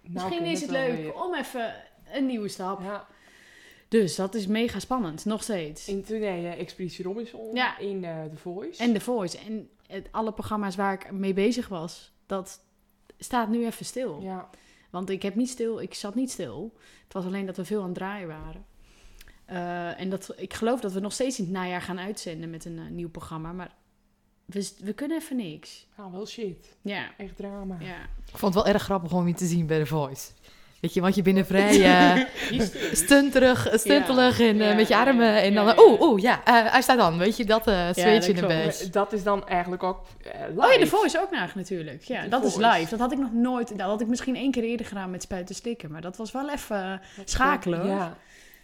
Speaker 3: Misschien
Speaker 2: ik
Speaker 3: is
Speaker 2: vind
Speaker 3: het
Speaker 2: wel
Speaker 3: leuk
Speaker 2: weer.
Speaker 3: om even een nieuwe stap.
Speaker 2: Ja.
Speaker 3: Dus dat is mega spannend, nog steeds.
Speaker 2: En toen deed je Expeditie Robinson
Speaker 3: Ja.
Speaker 2: in eh The Voice.
Speaker 3: En The Voice en het, alle programma's waar ik mee bezig was, dat staat nu even stil.
Speaker 2: ja.
Speaker 3: Want ik, heb niet stil, ik zat niet stil. Het was alleen dat we veel aan het draaien waren. Eh, en dat, ik geloof dat we nog steeds in het najaar gaan uitzenden met een eh, nieuw programma. Maar we, we kunnen even niks.
Speaker 2: ja, nou, wel shit.
Speaker 3: Ja,
Speaker 2: Echt drama. *laughs*
Speaker 3: ja.
Speaker 1: Ik vond het wel erg grappig om je te zien bij The Voice. Weet je, want je bent een
Speaker 3: *laughs*
Speaker 1: vrij eh stunterig, stuntelig en eh,
Speaker 3: Ja,
Speaker 1: met je
Speaker 3: ja,
Speaker 1: armen.
Speaker 3: ja,
Speaker 1: en dan,
Speaker 3: ja,
Speaker 1: eh,
Speaker 3: ja.
Speaker 1: oeh, oeh, ja, eh, hij staat dan. Weet je, dat eh zweetje
Speaker 3: dat
Speaker 1: een
Speaker 3: klopt.
Speaker 1: beetje.
Speaker 2: Dat is dan eigenlijk ook eh live.
Speaker 3: dus- Oh ja, de Voice ook naar natuurlijk. Ja,
Speaker 2: The
Speaker 3: dat is
Speaker 2: Voice.
Speaker 3: live. Dat had ik nog nooit. Dat had ik misschien één keer eerder gedaan met spuiten stikken. Maar dat was wel even
Speaker 2: Dat-
Speaker 3: schakelen. hoor.
Speaker 2: Ja.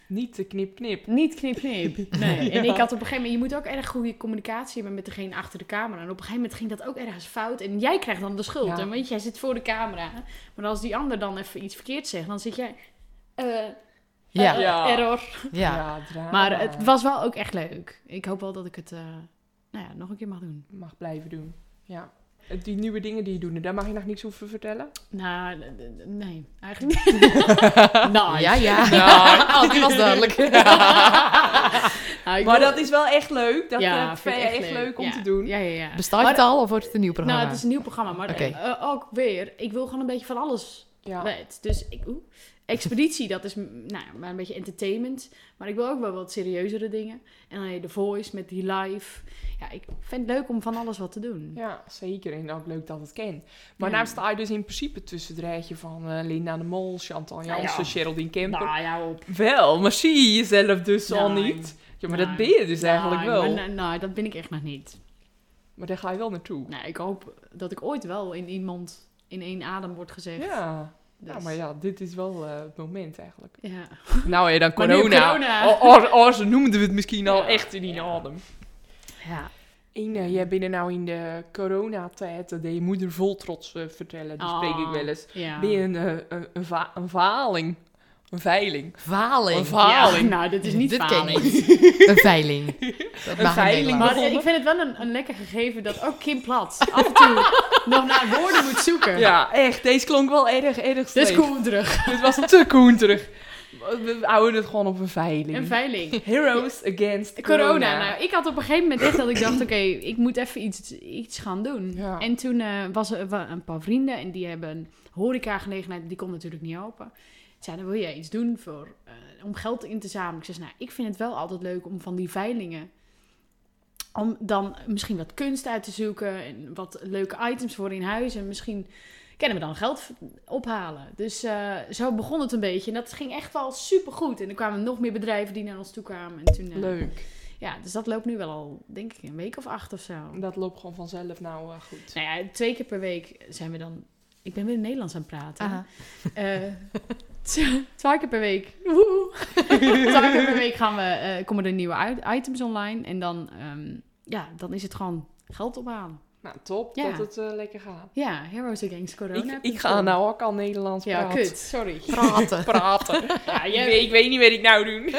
Speaker 2: Niet te knip-knip.
Speaker 3: Niet knip knip. *laughs* Nee. En
Speaker 2: Ja.
Speaker 3: ik had op een gegeven moment... Je moet ook erg goede communicatie hebben met degene achter de camera. En op een gegeven moment ging dat ook ergens fout. En jij krijgt dan de schuld.
Speaker 2: Ja.
Speaker 3: hè, want jij zit voor de camera. Maar als die ander dan even iets verkeerd zegt, dan zit jij... eh, eh,
Speaker 1: Ja,
Speaker 3: eh,
Speaker 1: ja.
Speaker 2: Ja.
Speaker 3: Error.
Speaker 2: drama.
Speaker 3: Maar het was wel ook echt leuk. Ik hoop wel dat ik het eh, nou ja, nog een keer mag doen.
Speaker 2: Mag blijven doen. Ja. Die nieuwe dingen die je doet, daar mag je nog niks over vertellen?
Speaker 3: Nou, eh, eh, nee. *laughs* Eigenlijk niet. Nou. nice.
Speaker 1: Ja, ja. *laughs* Oh, die was duidelijk.
Speaker 3: *laughs* Nou, ik
Speaker 2: Maar
Speaker 3: wil-
Speaker 2: dat is wel echt leuk. Dat eh, vind
Speaker 3: vind
Speaker 2: je
Speaker 3: ik
Speaker 2: echt, leuk om
Speaker 3: Ja.
Speaker 2: te doen.
Speaker 3: Ja, ja, ja.
Speaker 1: Bestaat
Speaker 3: Maar-
Speaker 1: het al of wordt het een nieuw programma?
Speaker 3: Nou, het is een nieuw programma, maar
Speaker 1: Oké.
Speaker 3: eh, ook weer, ik wil gewoon een beetje van alles
Speaker 2: Ja.
Speaker 3: weten. Dus ik, oeh. Expeditie, dat is mm, nou, ja, maar een beetje entertainment. Maar ik wil ook wel wat serieuzere dingen. En dan heb je The Voice met die live. Ja, ik vind het leuk om van alles wat te doen.
Speaker 2: Ja, zeker. En ook leuk dat het kent. Maar
Speaker 3: Ja.
Speaker 2: nou sta je dus in principe tussen het rijtje van eh, Linda de Mol, Chantal
Speaker 3: Nou ja.
Speaker 2: Jansen, Geraldine Kemper.
Speaker 3: Nou ja, op.
Speaker 2: Wel, maar zie je jezelf dus al
Speaker 3: Nee.
Speaker 2: niet? Ja, maar
Speaker 3: Nee.
Speaker 2: dat ben je dus eigenlijk
Speaker 3: Nee,
Speaker 2: wel.
Speaker 3: Nou, maar
Speaker 2: Maar,
Speaker 3: nee, nee, dat ben ik echt nog niet.
Speaker 2: daar ga je wel naartoe.
Speaker 3: Nou, ik hoop dat ik ooit wel in iemand in één adem wordt gezegd.
Speaker 2: Ja.
Speaker 3: Dus-
Speaker 2: Nou, maar ja, dit is wel eh, het moment eigenlijk.
Speaker 3: *laughs* ja.
Speaker 2: Nou ja, dan
Speaker 3: Maar nu
Speaker 2: corona.
Speaker 3: corona.
Speaker 2: O- o- o- ze noemden we het misschien al
Speaker 3: Ja.
Speaker 2: echt in die
Speaker 3: Ja.
Speaker 2: adem.
Speaker 3: Ja.
Speaker 2: En eh, jij bent er nou in de coronatijd, dat deed je moeder vol trots eh, vertellen, dat spreek ik
Speaker 3: Ah,
Speaker 2: wel eens.
Speaker 3: Ja.
Speaker 2: Ben je een, eh, een, een, va- een valing? Een veiling?
Speaker 1: Valing.
Speaker 2: Een valing.
Speaker 3: Ja, *laughs* nou, dit is niet
Speaker 1: Dit ken
Speaker 3: faling.
Speaker 1: ik
Speaker 3: *laughs*
Speaker 1: niet. Een veiling. Dat mag in
Speaker 2: veiling,
Speaker 1: Nederland.
Speaker 2: maar-
Speaker 3: Maar
Speaker 2: Begonnen.
Speaker 3: ik vind het wel een, een lekker gegeven dat ook Kim Plat af en
Speaker 2: *laughs*
Speaker 3: toe nog naar woorden moet zoeken.
Speaker 2: Ja, echt. Deze klonk wel erg, erg
Speaker 3: Dus
Speaker 2: slecht.
Speaker 3: kom terug.
Speaker 2: Dit was te koenterig. We houden het gewoon op een veiling.
Speaker 3: Een
Speaker 2: *laughs*
Speaker 3: veiling.
Speaker 2: Heroes against
Speaker 3: Corona.
Speaker 2: corona.
Speaker 3: Nou, ik had op een gegeven moment echt dat ik dacht, oké, ik moet even iets, iets gaan doen.
Speaker 2: Ja.
Speaker 3: En toen eh, was er wa- een paar vrienden en die hebben een horecagelegenheid, die kon natuurlijk niet open. Ze zeiden, wil jij iets doen voor, eh, om geld in te zamelen? Ik zei, nou, ik vind het wel altijd leuk om van die veilingen, om dan misschien wat kunst uit te zoeken en wat leuke items voor in huis en misschien kunnen we dan geld v- ophalen. Dus eh, zo begon het een beetje en dat ging echt wel supergoed. En er kwamen nog meer bedrijven die naar ons toe kwamen. En toen, eh,
Speaker 2: Leuk.
Speaker 3: ja, dus dat loopt nu wel al, denk ik, een week of acht of zo. Nou
Speaker 2: Dat loopt gewoon vanzelf nou eh, goed.
Speaker 3: ja, twee keer per week zijn we dan... Ik ben weer Nederlands aan het praten. *laughs*
Speaker 1: Aha.
Speaker 3: Eh, tw- twee keer per week. Woehoe. *laughs* twee keer per week gaan we, eh, komen er nieuwe i- items online. En dan, ehm, ja, dan is het gewoon geld ophalen.
Speaker 2: Nou, top
Speaker 3: Ja.
Speaker 2: dat het eh, lekker gaat.
Speaker 3: Ja, Heroes Against Corona.
Speaker 2: Ik, ik ga nou ook al Nederlands
Speaker 3: Ja,
Speaker 2: praten.
Speaker 3: kut. Sorry.
Speaker 1: Praten.
Speaker 2: *laughs* praten. *laughs*
Speaker 3: Ja,
Speaker 2: Ik
Speaker 3: jij-
Speaker 2: weet- ik weet niet wat ik nou doe.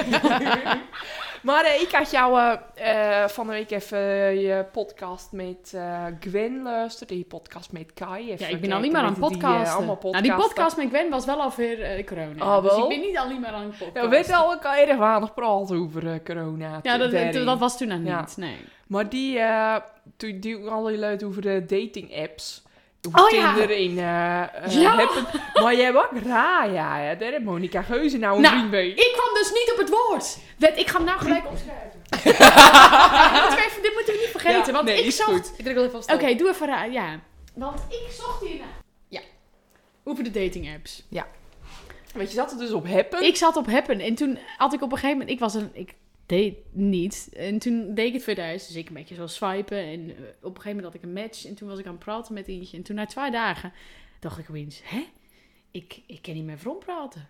Speaker 2: *laughs* maar eh, ik had jou eh, eh, van de week even je podcast met eh, Gwen luisteren. Die podcast met Kai. Even
Speaker 3: Ja, ik ben
Speaker 2: kijken
Speaker 3: al niet meer aan
Speaker 2: met die, eh,
Speaker 3: podcast.
Speaker 2: allemaal
Speaker 3: Nou, die
Speaker 2: podcasten.
Speaker 3: podcast met Gwen was wel alweer eh, corona.
Speaker 2: Ah,
Speaker 3: Dus
Speaker 2: wel?
Speaker 3: ik ben niet al niet meer aan podcast.
Speaker 2: Ja, we weten al, ik al erg weinig praten over eh, corona.
Speaker 3: Ja, dat,
Speaker 2: Terry.
Speaker 3: dat, dat was toen nog niet.
Speaker 2: Ja.
Speaker 3: Nee.
Speaker 2: Maar die, eh, toen die al die leuk over de dating apps. Over
Speaker 3: Oh, ja.
Speaker 2: Tinder in eh eh,
Speaker 3: Ja.
Speaker 2: Happen. Maar jij hebt ook Raya, hè? daar heeft Monica Geuze nou een
Speaker 3: Nou,
Speaker 2: vriend bij.
Speaker 3: Ik kwam dus niet op het woord. Wet, ik ga hem nou gelijk *laughs* opschrijven. dit, moeten we even, dit moeten we niet vergeten.
Speaker 2: Ja,
Speaker 3: want
Speaker 2: nee,
Speaker 3: ik
Speaker 2: is
Speaker 3: zocht.
Speaker 2: goed.
Speaker 4: Ik druk wel even op
Speaker 3: Oké,
Speaker 4: stop.
Speaker 3: doe even raar. Ja. Want ik zocht hierna. Ja. Over de dating apps.
Speaker 2: Want je zat er dus op Happen.
Speaker 3: Ik zat op Happen en toen had ik op een gegeven moment. Ik was een. Ik deed niet. En toen deed ik het verder uit. Dus ik een beetje zo swipen. En eh, op een gegeven moment had ik een match. En toen was ik aan het praten met eentje. En toen na twee dagen dacht ik opeens: hè? ik, ik ken niet meer rond praten.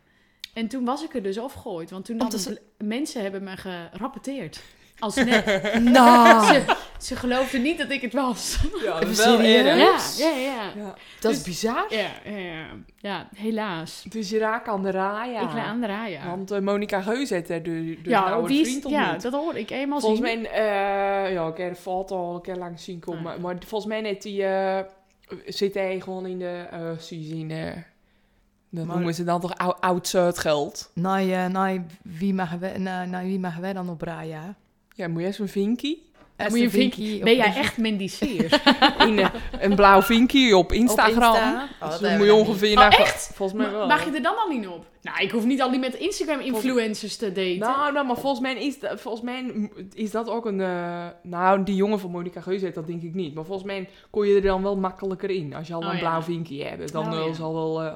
Speaker 3: En toen was ik er dus afgegooid, want toen
Speaker 4: Want
Speaker 3: hadden
Speaker 4: dat
Speaker 3: bl- mensen hebben me gerapporteerd.
Speaker 2: *laughs*
Speaker 3: Als net.
Speaker 2: Ah.
Speaker 4: Nou,
Speaker 3: ze, ze geloofden niet dat ik het was.
Speaker 2: Ja,
Speaker 4: Even serieus?
Speaker 3: Ja,
Speaker 2: eerder.
Speaker 3: ja, ja. Ja,
Speaker 4: dat is bizar.
Speaker 3: ja, ja. ja helaas.
Speaker 2: Dus je raakt aan de raaien.
Speaker 3: Ik ben aan de raaien.
Speaker 2: Want eh, Monica Geus heeft er de, nou, de
Speaker 3: ja,
Speaker 2: oude
Speaker 3: die is-
Speaker 2: vriend ontmoet.
Speaker 3: ja, dat hoor ik eenmaal
Speaker 2: volgens
Speaker 3: zien.
Speaker 2: mij, eh, ja, ik heb de foto al een keer langs zien komen.
Speaker 3: Ah.
Speaker 2: Maar, maar volgens mij net die, eh, zit hij gewoon in de, eh zie je in, eh, dat
Speaker 4: Maar-
Speaker 2: noemen ze dan toch ou- oud zuid geld.
Speaker 4: Nou, eh, nou, wie mag wij, nou, nou, wie mag wij dan op Raya?
Speaker 2: Ja, moet je eens een vinkie?
Speaker 4: Esther
Speaker 3: je een vink-
Speaker 4: Vinkie op
Speaker 3: Ben jij
Speaker 4: Insta-
Speaker 3: echt Mandy *laughs* Sears?
Speaker 2: In, eh, een blauw vinkie op
Speaker 4: op
Speaker 2: Instagram.
Speaker 4: Insta? Oh, dat
Speaker 2: Dus dan
Speaker 4: hebben
Speaker 2: moet je
Speaker 4: we niet.
Speaker 2: ongeveer
Speaker 3: Oh,
Speaker 2: naar...
Speaker 3: echt?
Speaker 2: Volgens mij
Speaker 3: Ma-
Speaker 2: wel.
Speaker 3: Mag je er dan al niet op? Nou, ik hoef niet al die met Instagram-influencers te daten.
Speaker 2: Nou, nou, maar volgens mij, is dat, volgens mij is dat ook een... eh, nou, die jongen van Monica Geus heeft dat denk ik niet. Maar volgens mij kon je er dan wel makkelijker in. Als je al
Speaker 3: Oh,
Speaker 2: een
Speaker 3: ja.
Speaker 2: blauw vinkie hebt. Dan
Speaker 3: Oh,
Speaker 2: eh,
Speaker 3: ja.
Speaker 2: zal wel... eh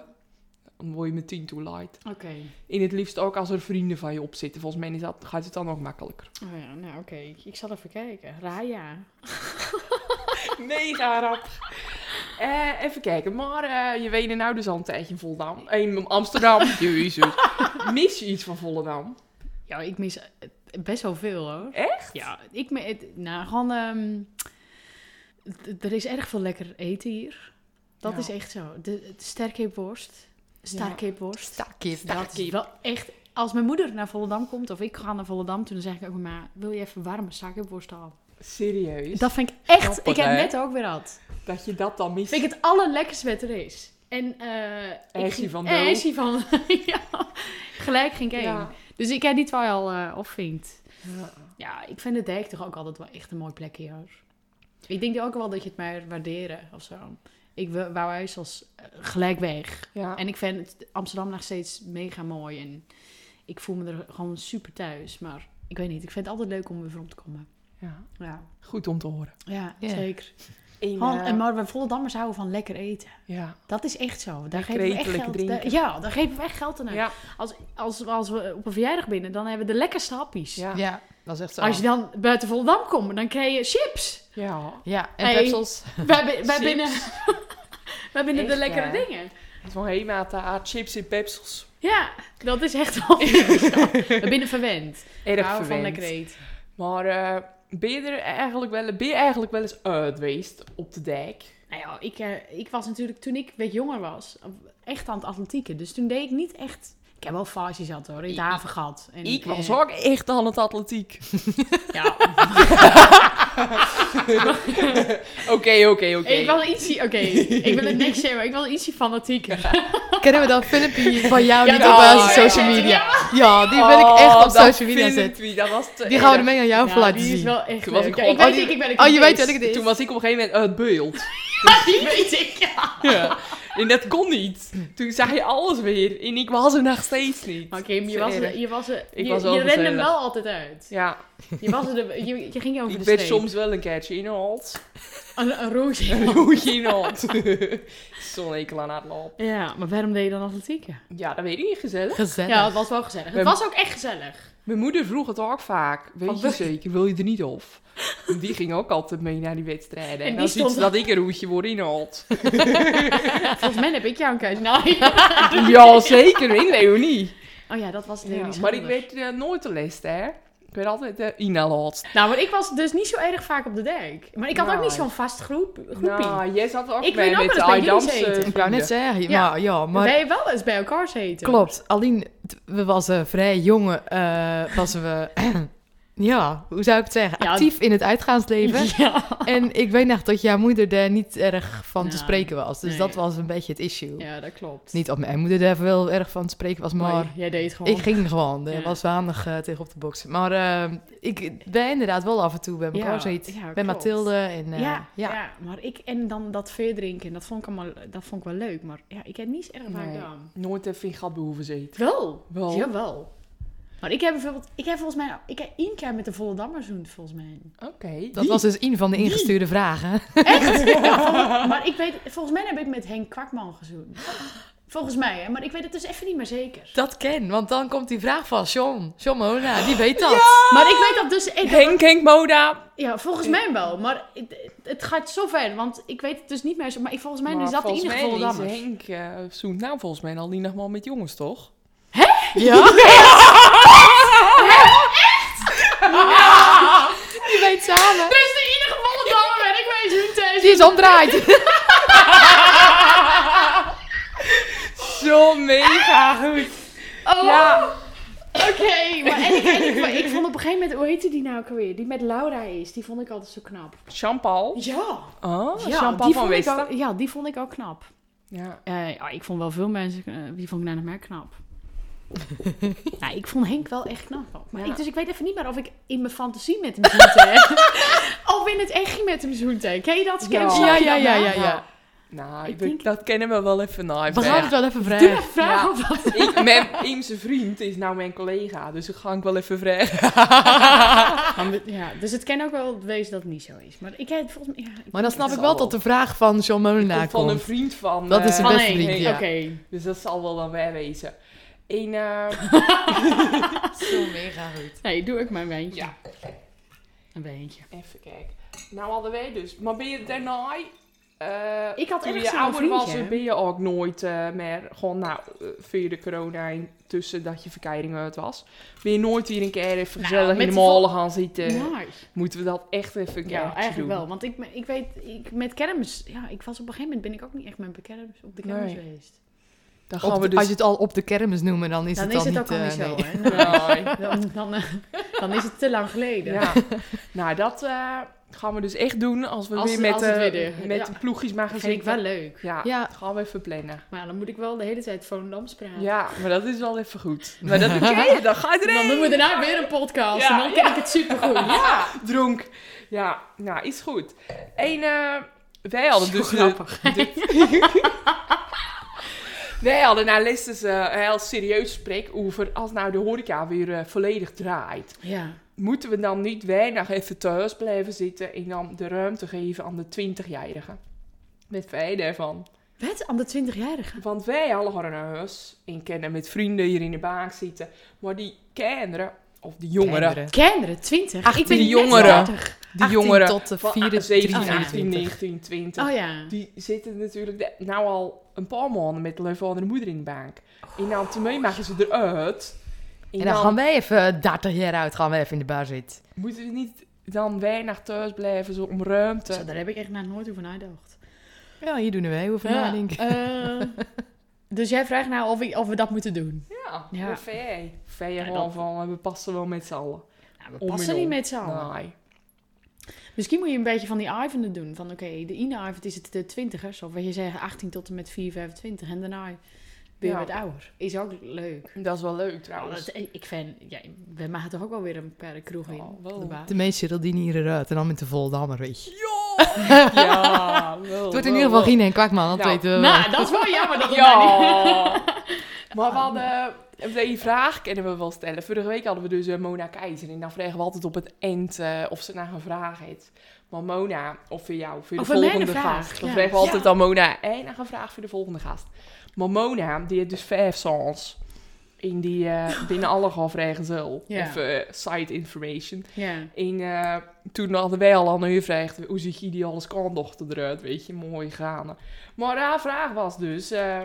Speaker 2: dan word je meteen too light.
Speaker 3: Oké.
Speaker 2: In het liefst ook als er vrienden van je op zitten. Volgens mij is dat, gaat het dan ook makkelijker.
Speaker 3: *laughs* Oh ja, nou oké. Ik zal even kijken. Raya.
Speaker 2: Mega rap. Eh, even kijken. Maar eh, je weet nou dus al een tijdje in Volendam. In
Speaker 3: *laughs*
Speaker 2: Amsterdam. Jezus. Mis je iets van Volendam?
Speaker 3: Ja, ik mis eh, best wel veel hoor.
Speaker 2: Echt?
Speaker 3: Ja, ik me, het- nou gewoon. ehm, d- d- er is erg veel lekker eten hier. Dat
Speaker 2: Ja.
Speaker 3: is echt zo. De, de sterkheepworst. Starkeepworst.
Speaker 4: Stakkie.
Speaker 3: Dat is wel echt. Als mijn moeder naar Volendam komt of ik ga naar Volendam, toen zeg ik ook maar, wil je even warme starkeepworst halen?
Speaker 2: Serieus? Dat...
Speaker 3: Dat vind ik echt.
Speaker 2: Grappig,
Speaker 3: ik heb
Speaker 2: hè?
Speaker 3: net ook weer dat.
Speaker 2: je dat dan mist.
Speaker 3: Vind ik het allerlekkerste wat er is. En eh
Speaker 2: Hij is
Speaker 3: ik,
Speaker 2: hier van
Speaker 3: eh, hij
Speaker 2: Doel.
Speaker 3: is hier van. *laughs* ja. Gelijk ging ik heen.
Speaker 2: Ja.
Speaker 3: Dus ik heb die twee al eh opvinkt.
Speaker 2: Ja.
Speaker 3: Ja, ik vind de dijk toch ook altijd wel echt een mooi plekje hoor. Ik denk ook wel dat je het maar waarderen of zo. Ik wil- wou huis als eh, gelijk weg.
Speaker 2: Ja.
Speaker 3: En ik vind het- Amsterdam nog steeds mega mooi. En ik voel me er gewoon super thuis. Maar ik weet niet, ik vind het altijd leuk om weer rond te komen.
Speaker 2: Ja.
Speaker 3: Ja,
Speaker 2: Goed om te horen.
Speaker 3: ja
Speaker 4: Ja.
Speaker 3: zeker.
Speaker 2: In,
Speaker 3: Gewoon,
Speaker 2: eh,
Speaker 3: en maar we Vollendammers houden van lekker eten.
Speaker 2: ja.
Speaker 3: Dat is echt zo. Daar geven we
Speaker 2: eten,
Speaker 3: echt
Speaker 2: lekker
Speaker 3: geld
Speaker 2: drinken.
Speaker 3: daar- ja, daar geven we echt geld aan uit.
Speaker 2: Ja.
Speaker 3: Als, als, als we op een verjaardag binnen, dan hebben we de lekkerste happies.
Speaker 2: Ja. Ja.
Speaker 4: Ja, dat is echt zo.
Speaker 3: Als je dan buiten Volendam komt, dan krijg je
Speaker 2: *laughs*
Speaker 3: chips.
Speaker 4: Ja, en
Speaker 3: Hey.
Speaker 4: pepsels.
Speaker 3: Wij, bi- wij
Speaker 2: Chips.
Speaker 3: binnen, *laughs* wij binnen de
Speaker 2: Echt,
Speaker 3: lekkere
Speaker 2: hè?
Speaker 3: dingen.
Speaker 2: Het is wel heel maat, ah, chips en
Speaker 3: *laughs*
Speaker 2: pepsels.
Speaker 3: Ja, dat is echt
Speaker 2: *laughs*
Speaker 3: wel. we binnen verwend.
Speaker 2: Erg
Speaker 3: we houden van
Speaker 2: verwend.
Speaker 3: lekker eten.
Speaker 2: Maar eh, ben, je er eigenlijk wel, ben je eigenlijk wel eens uit geweest op de dijk?
Speaker 3: Nou ja, ik, eh, ik was natuurlijk toen ik wat jonger was, echt aan het atletieken. Dus toen deed ik niet echt. Ik heb wel fases gehad hoor, in het
Speaker 2: Ik-
Speaker 3: havengat. En,
Speaker 2: Ik was
Speaker 3: eh,
Speaker 2: ook echt aan het atletiek.
Speaker 3: Ja,
Speaker 2: Oké, oké,
Speaker 3: *laughs* ik
Speaker 2: oké.
Speaker 3: was ietsje. Oké, ik wil het niks zeggen, maar ik was ietsje fanatieker.
Speaker 4: *laughs* Kennen we dat filmpje van jou
Speaker 3: *laughs* Ja,
Speaker 4: niet
Speaker 2: dat
Speaker 4: op eh,
Speaker 2: wil ik
Speaker 4: social
Speaker 3: echt.
Speaker 4: media? Ja, die wil ik
Speaker 3: Oh,
Speaker 4: echt op social media zetten.
Speaker 2: zetten. Dat was te
Speaker 4: Die gaan we
Speaker 2: erg.
Speaker 4: ermee aan jou
Speaker 3: Ja,
Speaker 4: voor laten
Speaker 3: die is
Speaker 4: zien.
Speaker 3: wel echt
Speaker 2: Toen was
Speaker 3: leuk.
Speaker 2: ik
Speaker 3: Ja,
Speaker 2: al-
Speaker 3: ik weet
Speaker 4: oh, die-
Speaker 3: ik ben
Speaker 4: oh, je weet wat ik het is.
Speaker 2: Toen was ik op een gegeven moment uit
Speaker 3: *laughs*
Speaker 2: beeld.
Speaker 3: Die weet ik, ja.
Speaker 2: ja. En dat kon niet. Toen zag je alles weer en ik was er nog steeds niet.
Speaker 3: Maar Kim, je was, er- je, was, er-
Speaker 2: Ik
Speaker 3: je,
Speaker 2: was wel
Speaker 3: je rende hem
Speaker 2: gezellig.
Speaker 3: wel altijd uit.
Speaker 2: Ja,
Speaker 3: Je, was er de, je, je ging over
Speaker 2: ik
Speaker 3: de
Speaker 2: werd
Speaker 3: streep.
Speaker 2: soms wel een keertje inhaald.
Speaker 3: Een, een roosje. *laughs*
Speaker 2: Hoe je inhaalt. Zo'n hekel aan hardloop.
Speaker 3: Ja, maar waarom deed je dan atletieken?
Speaker 2: Ja, dat weet ik niet, gezellig.
Speaker 4: Gezellig.
Speaker 3: Ja, het was wel gezellig. Het
Speaker 2: Ehm,
Speaker 3: was ook echt gezellig.
Speaker 2: Mijn moeder vroeg het ook vaak. Weet
Speaker 4: Van,
Speaker 2: je
Speaker 4: wil je-
Speaker 2: zeker, wil je er niet op? Die ging ook altijd mee naar die wedstrijden. En,
Speaker 3: En
Speaker 2: dan
Speaker 3: die
Speaker 2: ziet ze
Speaker 3: stond-
Speaker 2: dat ik een roetje word inhaald.
Speaker 3: Volgens mij heb ik jou een keuze. Nou, *laughs* ja.
Speaker 2: ja, zeker. Ik weet hoe niet.
Speaker 3: *laughs* Oh ja, dat was het
Speaker 2: Ja, maar ik werd eh, nooit de les, hè. Ik werd altijd uh, inhaald.
Speaker 3: Nou, maar ik was dus niet zo erg vaak op de dijk. Maar ik had ook
Speaker 2: Nee.
Speaker 3: niet zo'n vast groep, groepie.
Speaker 2: Nou, jij zat ook
Speaker 3: Ik
Speaker 2: bij
Speaker 3: weet ook
Speaker 2: met
Speaker 3: wel eens bij jullie
Speaker 2: Aydamse
Speaker 3: zitten.
Speaker 4: Ik wou net
Speaker 2: vrienden.
Speaker 4: zeggen,
Speaker 3: Ja.
Speaker 4: maar ja, maar...
Speaker 3: maar... Ben je wel eens bij elkaar zitten?
Speaker 4: Klopt. Alleen, t- we waren vrij jong, eh wassen we... *clears throat* ja, hoe zou ik het zeggen?
Speaker 3: Ja.
Speaker 4: Actief in het uitgaansleven.
Speaker 3: Ja.
Speaker 4: En ik weet nog dat jouw moeder daar niet erg van te
Speaker 3: Nou,
Speaker 4: spreken was. Dus
Speaker 3: nee.
Speaker 4: dat was een beetje het issue.
Speaker 3: ja, dat klopt.
Speaker 4: Niet dat mijn moeder daar wel erg van te spreken was, maar...
Speaker 3: Nee, jij deed gewoon.
Speaker 4: Ik ging gewoon. Er
Speaker 3: Ja.
Speaker 4: was weinig eh, tegen op te boksen. Maar eh, ik ben inderdaad wel af en toe bij
Speaker 3: Ja,
Speaker 4: elkaar zoiets.
Speaker 3: ja,
Speaker 4: bij
Speaker 3: klopt.
Speaker 4: Mathilde en... eh,
Speaker 3: ja, ja.
Speaker 4: ja.
Speaker 3: maar ik en dan dat veerdrinken, dat vond ik, allemaal, dat vond ik wel leuk. Maar ja, ik heb niet zo erg vaak
Speaker 2: Nee.
Speaker 3: gedaan.
Speaker 2: Nooit even in gat behoeven zitten.
Speaker 3: Wel.
Speaker 2: Wel.
Speaker 3: Jawel. Maar ik heb bijvoorbeeld, ik heb volgens mij, ik heb één keer met de volle dammer zoend, volgens
Speaker 2: *laughs*
Speaker 3: mij.
Speaker 2: Oké.
Speaker 4: Dat was dus een van de ingestuurde vragen. *laughs*
Speaker 3: Echt? Ja, van- maar ik weet, volgens mij heb ik met Henk Kwakman gezoend. Volgens mij, hè? maar ik weet het dus even niet meer zeker.
Speaker 4: Dat ken, want dan komt die vraag van John. John Mona, die weet dat.
Speaker 3: Maar ik weet dat dus... Ik,
Speaker 2: Henk, Henk Moda.
Speaker 3: Ja, volgens mij wel. Maar het, het gaat zo ver, want ik weet het dus niet meer. zo- Maar ik, volgens mij
Speaker 2: Maar
Speaker 3: is dat in
Speaker 2: volgens
Speaker 3: ieder
Speaker 2: mij
Speaker 3: geval
Speaker 2: is
Speaker 3: Dammers.
Speaker 2: Henk eh, zoent nou volgens mij al niet nog wel met jongens, toch?
Speaker 4: *laughs* Ja?
Speaker 2: Die weet samen.
Speaker 3: Er is in ieder geval een Dammer en ik weet eh, hun thuis.
Speaker 4: Die is omdraaid.
Speaker 2: Zo mega goed.
Speaker 3: Oh,
Speaker 2: Ja.
Speaker 3: oké. Maar en ik, en ik, maar ik vond op een gegeven moment... Hoe heette die nou ook alweer? Die met Laura is. Die vond ik altijd zo knap.
Speaker 2: Jean-Paul.
Speaker 3: Ja.
Speaker 2: Oh,
Speaker 3: Ja,
Speaker 2: Jean-Paul van
Speaker 3: die vond ik
Speaker 2: Westen.
Speaker 3: ook, ja, die vond ik ook knap.
Speaker 2: Ja.
Speaker 3: Eh, ja, ik vond wel veel mensen... eh, die vond ik nou nog meer knap? nou, ik vond Henk wel echt knap. Maar
Speaker 2: Ja.
Speaker 3: ik, dus ik weet even niet meer of ik in mijn fantasie met hem zoente. heb.
Speaker 2: *laughs*
Speaker 3: of in het echt met hem zoente. Ken je dat? Ken
Speaker 2: Ja.
Speaker 3: je dat?
Speaker 4: Ja, ja, ja, ja, ja.
Speaker 2: Nou,
Speaker 3: Ik
Speaker 2: ik
Speaker 3: denk-
Speaker 2: dat kennen we wel even na.
Speaker 4: We gaan het wel even
Speaker 3: Doe maar
Speaker 4: vragen.
Speaker 3: vragen
Speaker 2: Ja.
Speaker 3: of dat...
Speaker 2: Ik, mijn Eemse vriend is nou mijn collega, dus ik ga ik wel even vragen.
Speaker 3: Ja, dus het kan ook wel wezen dat het niet zo is. Maar ik heb het volgens mij... Ja, ik-
Speaker 4: Maar dan snap
Speaker 2: Het
Speaker 4: ik
Speaker 2: zal
Speaker 4: wel dat de vraag van John
Speaker 1: Nou,
Speaker 4: Molenaar
Speaker 2: van een
Speaker 4: komt.
Speaker 2: vriend van...
Speaker 4: Dat is
Speaker 2: eh,
Speaker 4: een
Speaker 3: Van
Speaker 4: beste
Speaker 3: Henk,
Speaker 4: vriend, ja.
Speaker 3: Oh, Oké.
Speaker 2: Dus dat zal wel dan wij wezen. Eén, eh,
Speaker 4: Zo mega goed.
Speaker 3: Nee, doe ik maar een wijntje.
Speaker 2: Ja.
Speaker 3: Een wijntje.
Speaker 2: even kijken. Nou hadden wij dus. Maar ben je daarna... eh,
Speaker 3: Ik had
Speaker 2: toen
Speaker 3: ergens
Speaker 2: je
Speaker 3: zo'n
Speaker 2: ouder was,
Speaker 3: vriendje.
Speaker 2: ben je ook nooit eh, meer... Gewoon, nou, eh, via de corona in, tussen dat je verkeiring uit was. Ben je nooit hier een keer even
Speaker 3: Nou,
Speaker 2: gezellig in
Speaker 3: met
Speaker 2: de
Speaker 3: de vol-
Speaker 2: molen gaan zitten?
Speaker 3: nice.
Speaker 2: Moeten we dat echt even een
Speaker 3: Ja,
Speaker 2: keertje doen?
Speaker 3: eigenlijk wel. Want ik, ik weet, ik, met kermis... Ja, ik was op een gegeven moment ben ik ook niet echt met kermis op de kermis
Speaker 2: Nee.
Speaker 3: geweest.
Speaker 2: Dan gaan we
Speaker 4: Op de-
Speaker 2: dus... *laughs*
Speaker 4: Als je het al op de kermis noemt, dan is
Speaker 3: dan
Speaker 4: het
Speaker 3: is
Speaker 4: al
Speaker 3: het
Speaker 4: niet...
Speaker 3: ook al
Speaker 4: eh,
Speaker 3: niet
Speaker 4: nee.
Speaker 3: zo, hè. *laughs*
Speaker 2: Nee.
Speaker 3: Dan, dan, eh, dan is het te lang geleden.
Speaker 2: Ja. nou, dat eh, gaan we dus echt doen als we
Speaker 3: Als-
Speaker 2: weer met,
Speaker 3: als het
Speaker 2: eh,
Speaker 3: weer durft,
Speaker 2: met
Speaker 3: ja.
Speaker 2: de ploegjes maar gaan
Speaker 3: Dat vind ik
Speaker 2: zitten.
Speaker 3: wel leuk.
Speaker 2: Ja,
Speaker 4: Ja.
Speaker 2: gaan we even plannen.
Speaker 3: Maar dan moet ik wel de hele tijd Volendams praten.
Speaker 2: Ja, maar dat is wel even goed. Maar
Speaker 3: *laughs*
Speaker 2: dat doe je, dan ga je
Speaker 3: En Dan
Speaker 2: erin.
Speaker 3: doen we daarna weer een podcast
Speaker 2: Ja,
Speaker 3: en dan ken ik het supergoed.
Speaker 2: *laughs* Ja, dronk. Ja, nou, is goed. En eh, wij hadden dus... de- de- *laughs* wij hadden nou lessen een heel serieus gesprek over als nou de horeca weer eh, volledig draait.
Speaker 3: Ja.
Speaker 2: moeten we dan niet weinig even thuis blijven zitten en dan de ruimte geven aan de 20-jarigen? Met wij daarvan.
Speaker 3: Wat? Aan de 20-jarige?
Speaker 2: Want wij alle hadden een huis en kennen met vrienden hier in de bank zitten. Maar die kinderen, of die jongeren,
Speaker 4: Kinderen.
Speaker 3: Kinderen, 20?
Speaker 4: Ach,
Speaker 3: ik ben
Speaker 2: die
Speaker 3: net
Speaker 2: jongeren.
Speaker 3: 30.
Speaker 4: Die
Speaker 2: 18
Speaker 4: jongeren
Speaker 2: tot
Speaker 4: tot de
Speaker 2: van
Speaker 4: 24,
Speaker 2: 17,
Speaker 4: 19.
Speaker 2: 18, 19, 20.
Speaker 3: Oh ja.
Speaker 2: Die zitten natuurlijk de- nou al een paar maanden met hun vader en moeder in de bank. En dan te mee maken ze eruit.
Speaker 4: En dan gaan wij even 30 jaar uit, gaan we even in de bar zitten.
Speaker 2: moeten we niet dan weinig thuis blijven zo om ruimte.
Speaker 3: Zo, daar heb ik echt nog nooit over nagedacht.
Speaker 4: Ja, hier doen wij over
Speaker 3: Ja,
Speaker 4: nadenken.
Speaker 3: eh, dus jij vraagt nou of, ik, of we dat moeten doen.
Speaker 2: Ja,
Speaker 3: Ja.
Speaker 2: maar vee. Vee
Speaker 3: Ja,
Speaker 2: er al
Speaker 3: dat-
Speaker 2: van, we passen wel met z'n allen.
Speaker 3: Nou, we
Speaker 2: Om
Speaker 3: passen
Speaker 2: en
Speaker 3: niet
Speaker 2: om.
Speaker 3: met z'n allen.
Speaker 2: Nee.
Speaker 3: Misschien moet je een beetje van die Ivan doen. Van oké, de ene Ivan is het de twintigers. Of wat je zegt, 18 tot en met 4, 25. En daarna weer
Speaker 2: Ja.
Speaker 3: wat ouder. Is ook leuk.
Speaker 2: Dat is wel leuk
Speaker 3: Nou,
Speaker 2: trouwens.
Speaker 3: dat- ik vind, ja, we maken toch ook wel weer een paar kroeg in.
Speaker 2: Oh, wel.
Speaker 3: van de baan.
Speaker 4: De meeste Geraldine hier eruit en dan met de Voldammer, weet je.
Speaker 2: *laughs* ja, wel,
Speaker 4: Het wordt in ieder geval geen en kwakman, dat
Speaker 2: Nou,
Speaker 4: weten we wel.
Speaker 3: Nou, dat is wel jammer
Speaker 2: *laughs*
Speaker 3: dat we daar niet...
Speaker 2: Ja.
Speaker 3: *laughs*
Speaker 2: maar we hadden... Die vraag kunnen we wel stellen. Vorige week hadden we dus eh, Mona Keizer. En dan vragen we altijd op het eind eh, of ze naar een vraag heeft. Maar Mona, of voor jou, voor de
Speaker 3: Of voor mij
Speaker 2: volgende
Speaker 3: de vraag,
Speaker 2: gast. Dan
Speaker 3: ja.
Speaker 2: vragen we
Speaker 3: Ja.
Speaker 2: altijd aan Mona. En dan een vraag voor de volgende gast. Maar Mona, die heeft dus vijf songs. In die eh, binnen alle gaan vragen zo.
Speaker 3: Ja.
Speaker 2: Of eh, side information. *laughs*
Speaker 3: Ja.
Speaker 2: En eh, toen hadden wij al aan u gevraagd, hoe ziet je die alles kan, dochter eruit, weet je, mooi gaan. Maar haar vraag was dus, eh,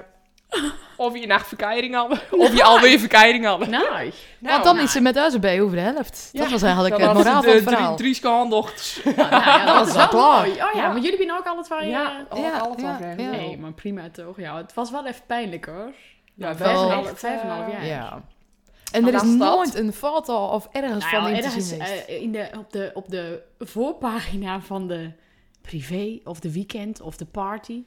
Speaker 2: of je nacht verkeiring had, *laughs* of je alweer verkeiring had.
Speaker 3: Nou,
Speaker 4: Want dan
Speaker 2: nou,
Speaker 4: is ze met ons bij over de helft.
Speaker 2: Ja,
Speaker 4: Dat was eigenlijk
Speaker 2: dan
Speaker 4: het
Speaker 2: had ze
Speaker 4: moraal
Speaker 2: de
Speaker 4: van het
Speaker 2: drie-
Speaker 4: verhaal.
Speaker 2: Drie schaandochters.
Speaker 3: nou
Speaker 2: *laughs*
Speaker 3: ja, dat,
Speaker 4: Dat
Speaker 3: is
Speaker 4: is
Speaker 3: wel
Speaker 4: wel
Speaker 3: mooi. Oh ja,
Speaker 2: Ja.
Speaker 3: maar jullie zijn ook alle twee...
Speaker 2: Ja,
Speaker 3: eh,
Speaker 2: al-
Speaker 4: ja,
Speaker 2: alles
Speaker 4: ja,
Speaker 2: al vragen.
Speaker 4: ja.
Speaker 3: Nee, maar prima toch. Ja, het was wel even pijnlijk hoor.
Speaker 2: Ja,
Speaker 4: wel
Speaker 2: wij zijn
Speaker 4: echt,
Speaker 2: echt,
Speaker 3: vijf en een half
Speaker 2: eh,
Speaker 3: jaar.
Speaker 4: Ja. En
Speaker 2: Maar
Speaker 4: er is
Speaker 2: was dat-
Speaker 4: nooit een foto of ergens
Speaker 3: Nou ja,
Speaker 4: van in te
Speaker 3: ergens,
Speaker 4: zien geweest.
Speaker 3: eh, in de, op, de, op de voorpagina van de privé of de weekend of de party